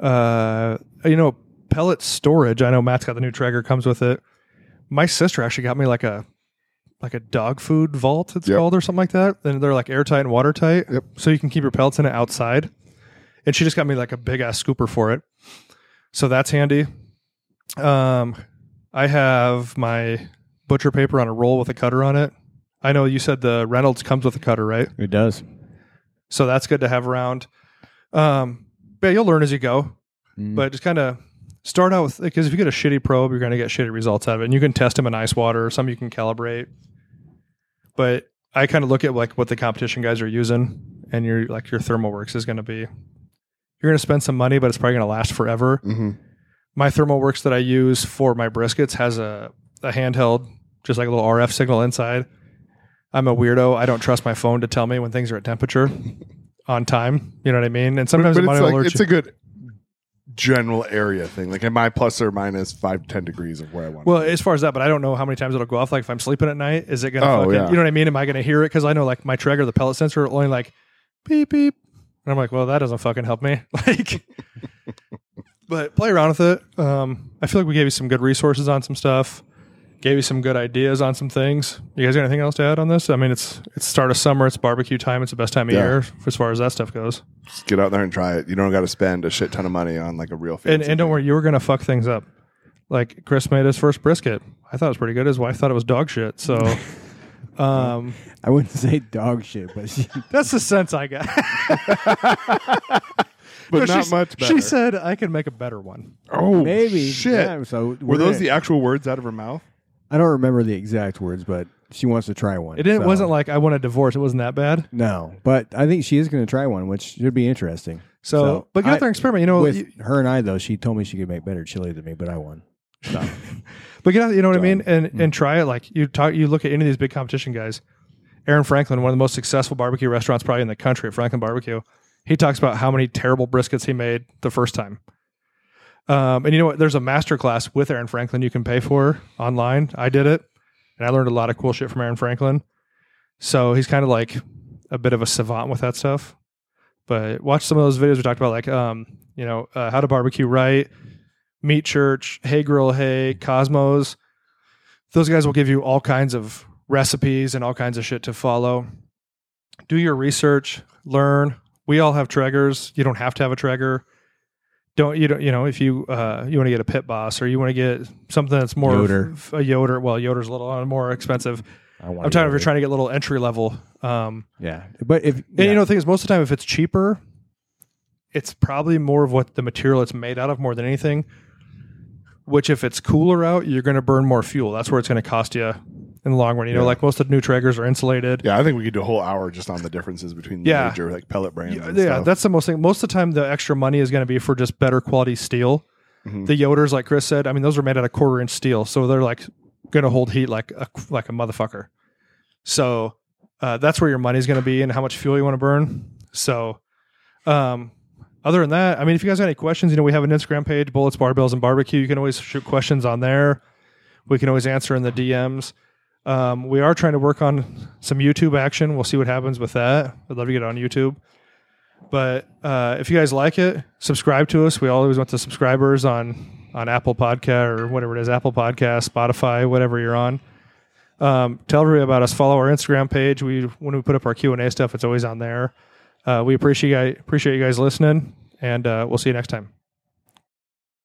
Uh, you know, pellet storage. I know Matt's got the new Traeger comes with it. My sister actually got me like a like a dog food vault. It's
Yep.
called or something like that. And they're like airtight and watertight,
Yep.
so you can keep your pellets in it outside and she just got me like a big ass scooper for it. So that's handy. Um, I have my butcher paper on a roll with a cutter on it. I know you said the Reynolds comes with a cutter, right?
It does.
So that's good to have around. Um, but you'll learn as you go.
Mm-hmm.
Mm.
But just kind of start out with because if you get a shitty probe, you're going to get shitty results out of it, and you can test them in ice water. Some you can calibrate. But I kind of look at like what the competition guys are using, and your like your ThermalWorks is going to be. You're going to spend some money, but it's probably going to last forever
hmm
my ThermalWorks that I use for my briskets has a, a handheld, just like a little RF signal inside. I'm a weirdo. I don't trust my phone to tell me when things are at temperature on time. You know what I mean? And sometimes
But
it might
it's
alert
like it's
you.
a good general area thing. Like am I plus or minus five ten degrees of where I want.
well, as far as that, but I don't know how many times it'll go off. Like if I'm sleeping at night, is it gonna?
Oh,
fucking,
yeah.
You know what I mean? Am I gonna hear it? Because I know like my Traeger, the pellet sensor, only like beep beep, and I'm like, well, that doesn't fucking help me. Like, but play around with it. Um, I feel like we gave you some good resources on some stuff. Gave you some good ideas on some things. You guys got anything else to add on this? I mean, it's it's start of summer. It's barbecue time. It's the best time of
Yeah.
year as far as that stuff goes.
Just get out there and try it. You don't got to spend a shit ton of money on like a real fancy.
And, and don't worry, you were gonna fuck things up. Like Chris made his first brisket. I thought it was pretty good. His wife thought it was dog shit. So, um,
I wouldn't say dog shit, but she,
that's the sense I got.
but
No,
not
she-
much. Better.
She said I can make a better one.
"Oh,
maybe.
shit."
Yeah, so
Were
we're
those
gonna-
the actual words out of her mouth?
I don't remember the exact words, but she wants to try one.
It didn't,
so-
wasn't like I want a divorce. It wasn't that bad.
no, but I think she is going to try one, which should be interesting.
So,
So,
but get out
I-
there and experiment. You know,
With
you-
her and I, though, she told me she could make better chili than me, but I won.
But get out, you know what I mean, and and try it. Like you talk, you look at any of these big competition guys. Aaron Franklin, one of the most successful barbecue restaurants probably in the country, at Franklin Barbecue. He talks about how many terrible briskets he made the first time. Um, and you know what? There's a master class with Aaron Franklin you can pay for online. I did it, and I learned a lot of cool shit from Aaron Franklin. So he's kind of like a bit of a savant with that stuff. But watch some of those videos we talked about, like um, you know, uh, how to barbecue right, Meat Church, Hey Grill Hey, Cosmos. Those guys will give you all kinds of recipes and all kinds of shit to follow. Do your research, learn. We all have Traegers. You don't have to have a Traeger. Don't you don't you know if you uh, you want to get a pit boss or you want to get something that's more
Yoder.
f- a Yoder. Well, Yoder's a little uh, more expensive.
I won.
I'm talking if you're trying to get a little entry level. Um,
Yeah, but if
and you know, the thing is, most of the time, if it's cheaper, it's probably more of what the material it's made out of more than anything. Which, if it's cooler out, you're going to burn more fuel. That's where it's going to cost you in the long run. You know,
Yeah.
like most of the new Traegers are insulated.
Yeah, I think we could do a whole hour just on the differences between the
Yeah.
major like pellet brands.
Yeah,
and
yeah,
stuff.
that's the most thing. Most of the time, the extra money is going to be for just better quality steel.
Mhm.
The Yoders, like Chris said, I mean, those are made out of quarter inch steel, so they're like going to hold heat like a, like a motherfucker. So uh, that's where your money's going to be and how much fuel you want to burn. So, um, other than that, I mean, if you guys have any questions, you know, we have an Instagram page, Bullets, Barbells, and Barbecue. You can always shoot questions on there. We can always answer in the DMs. Um, we are trying to work on some YouTube action. We'll see what happens with that. I'd love to get on YouTube. But uh, if you guys like it, subscribe to us. We always want the subscribers on on Apple Podcast or whatever it is, Apple Podcast, Spotify, whatever you're on. Um, tell everybody about us. Follow our Instagram page. We when we put up our Q and A stuff, it's always on there. Uh, we appreciate appreciate you guys listening, and uh, we'll see you next time.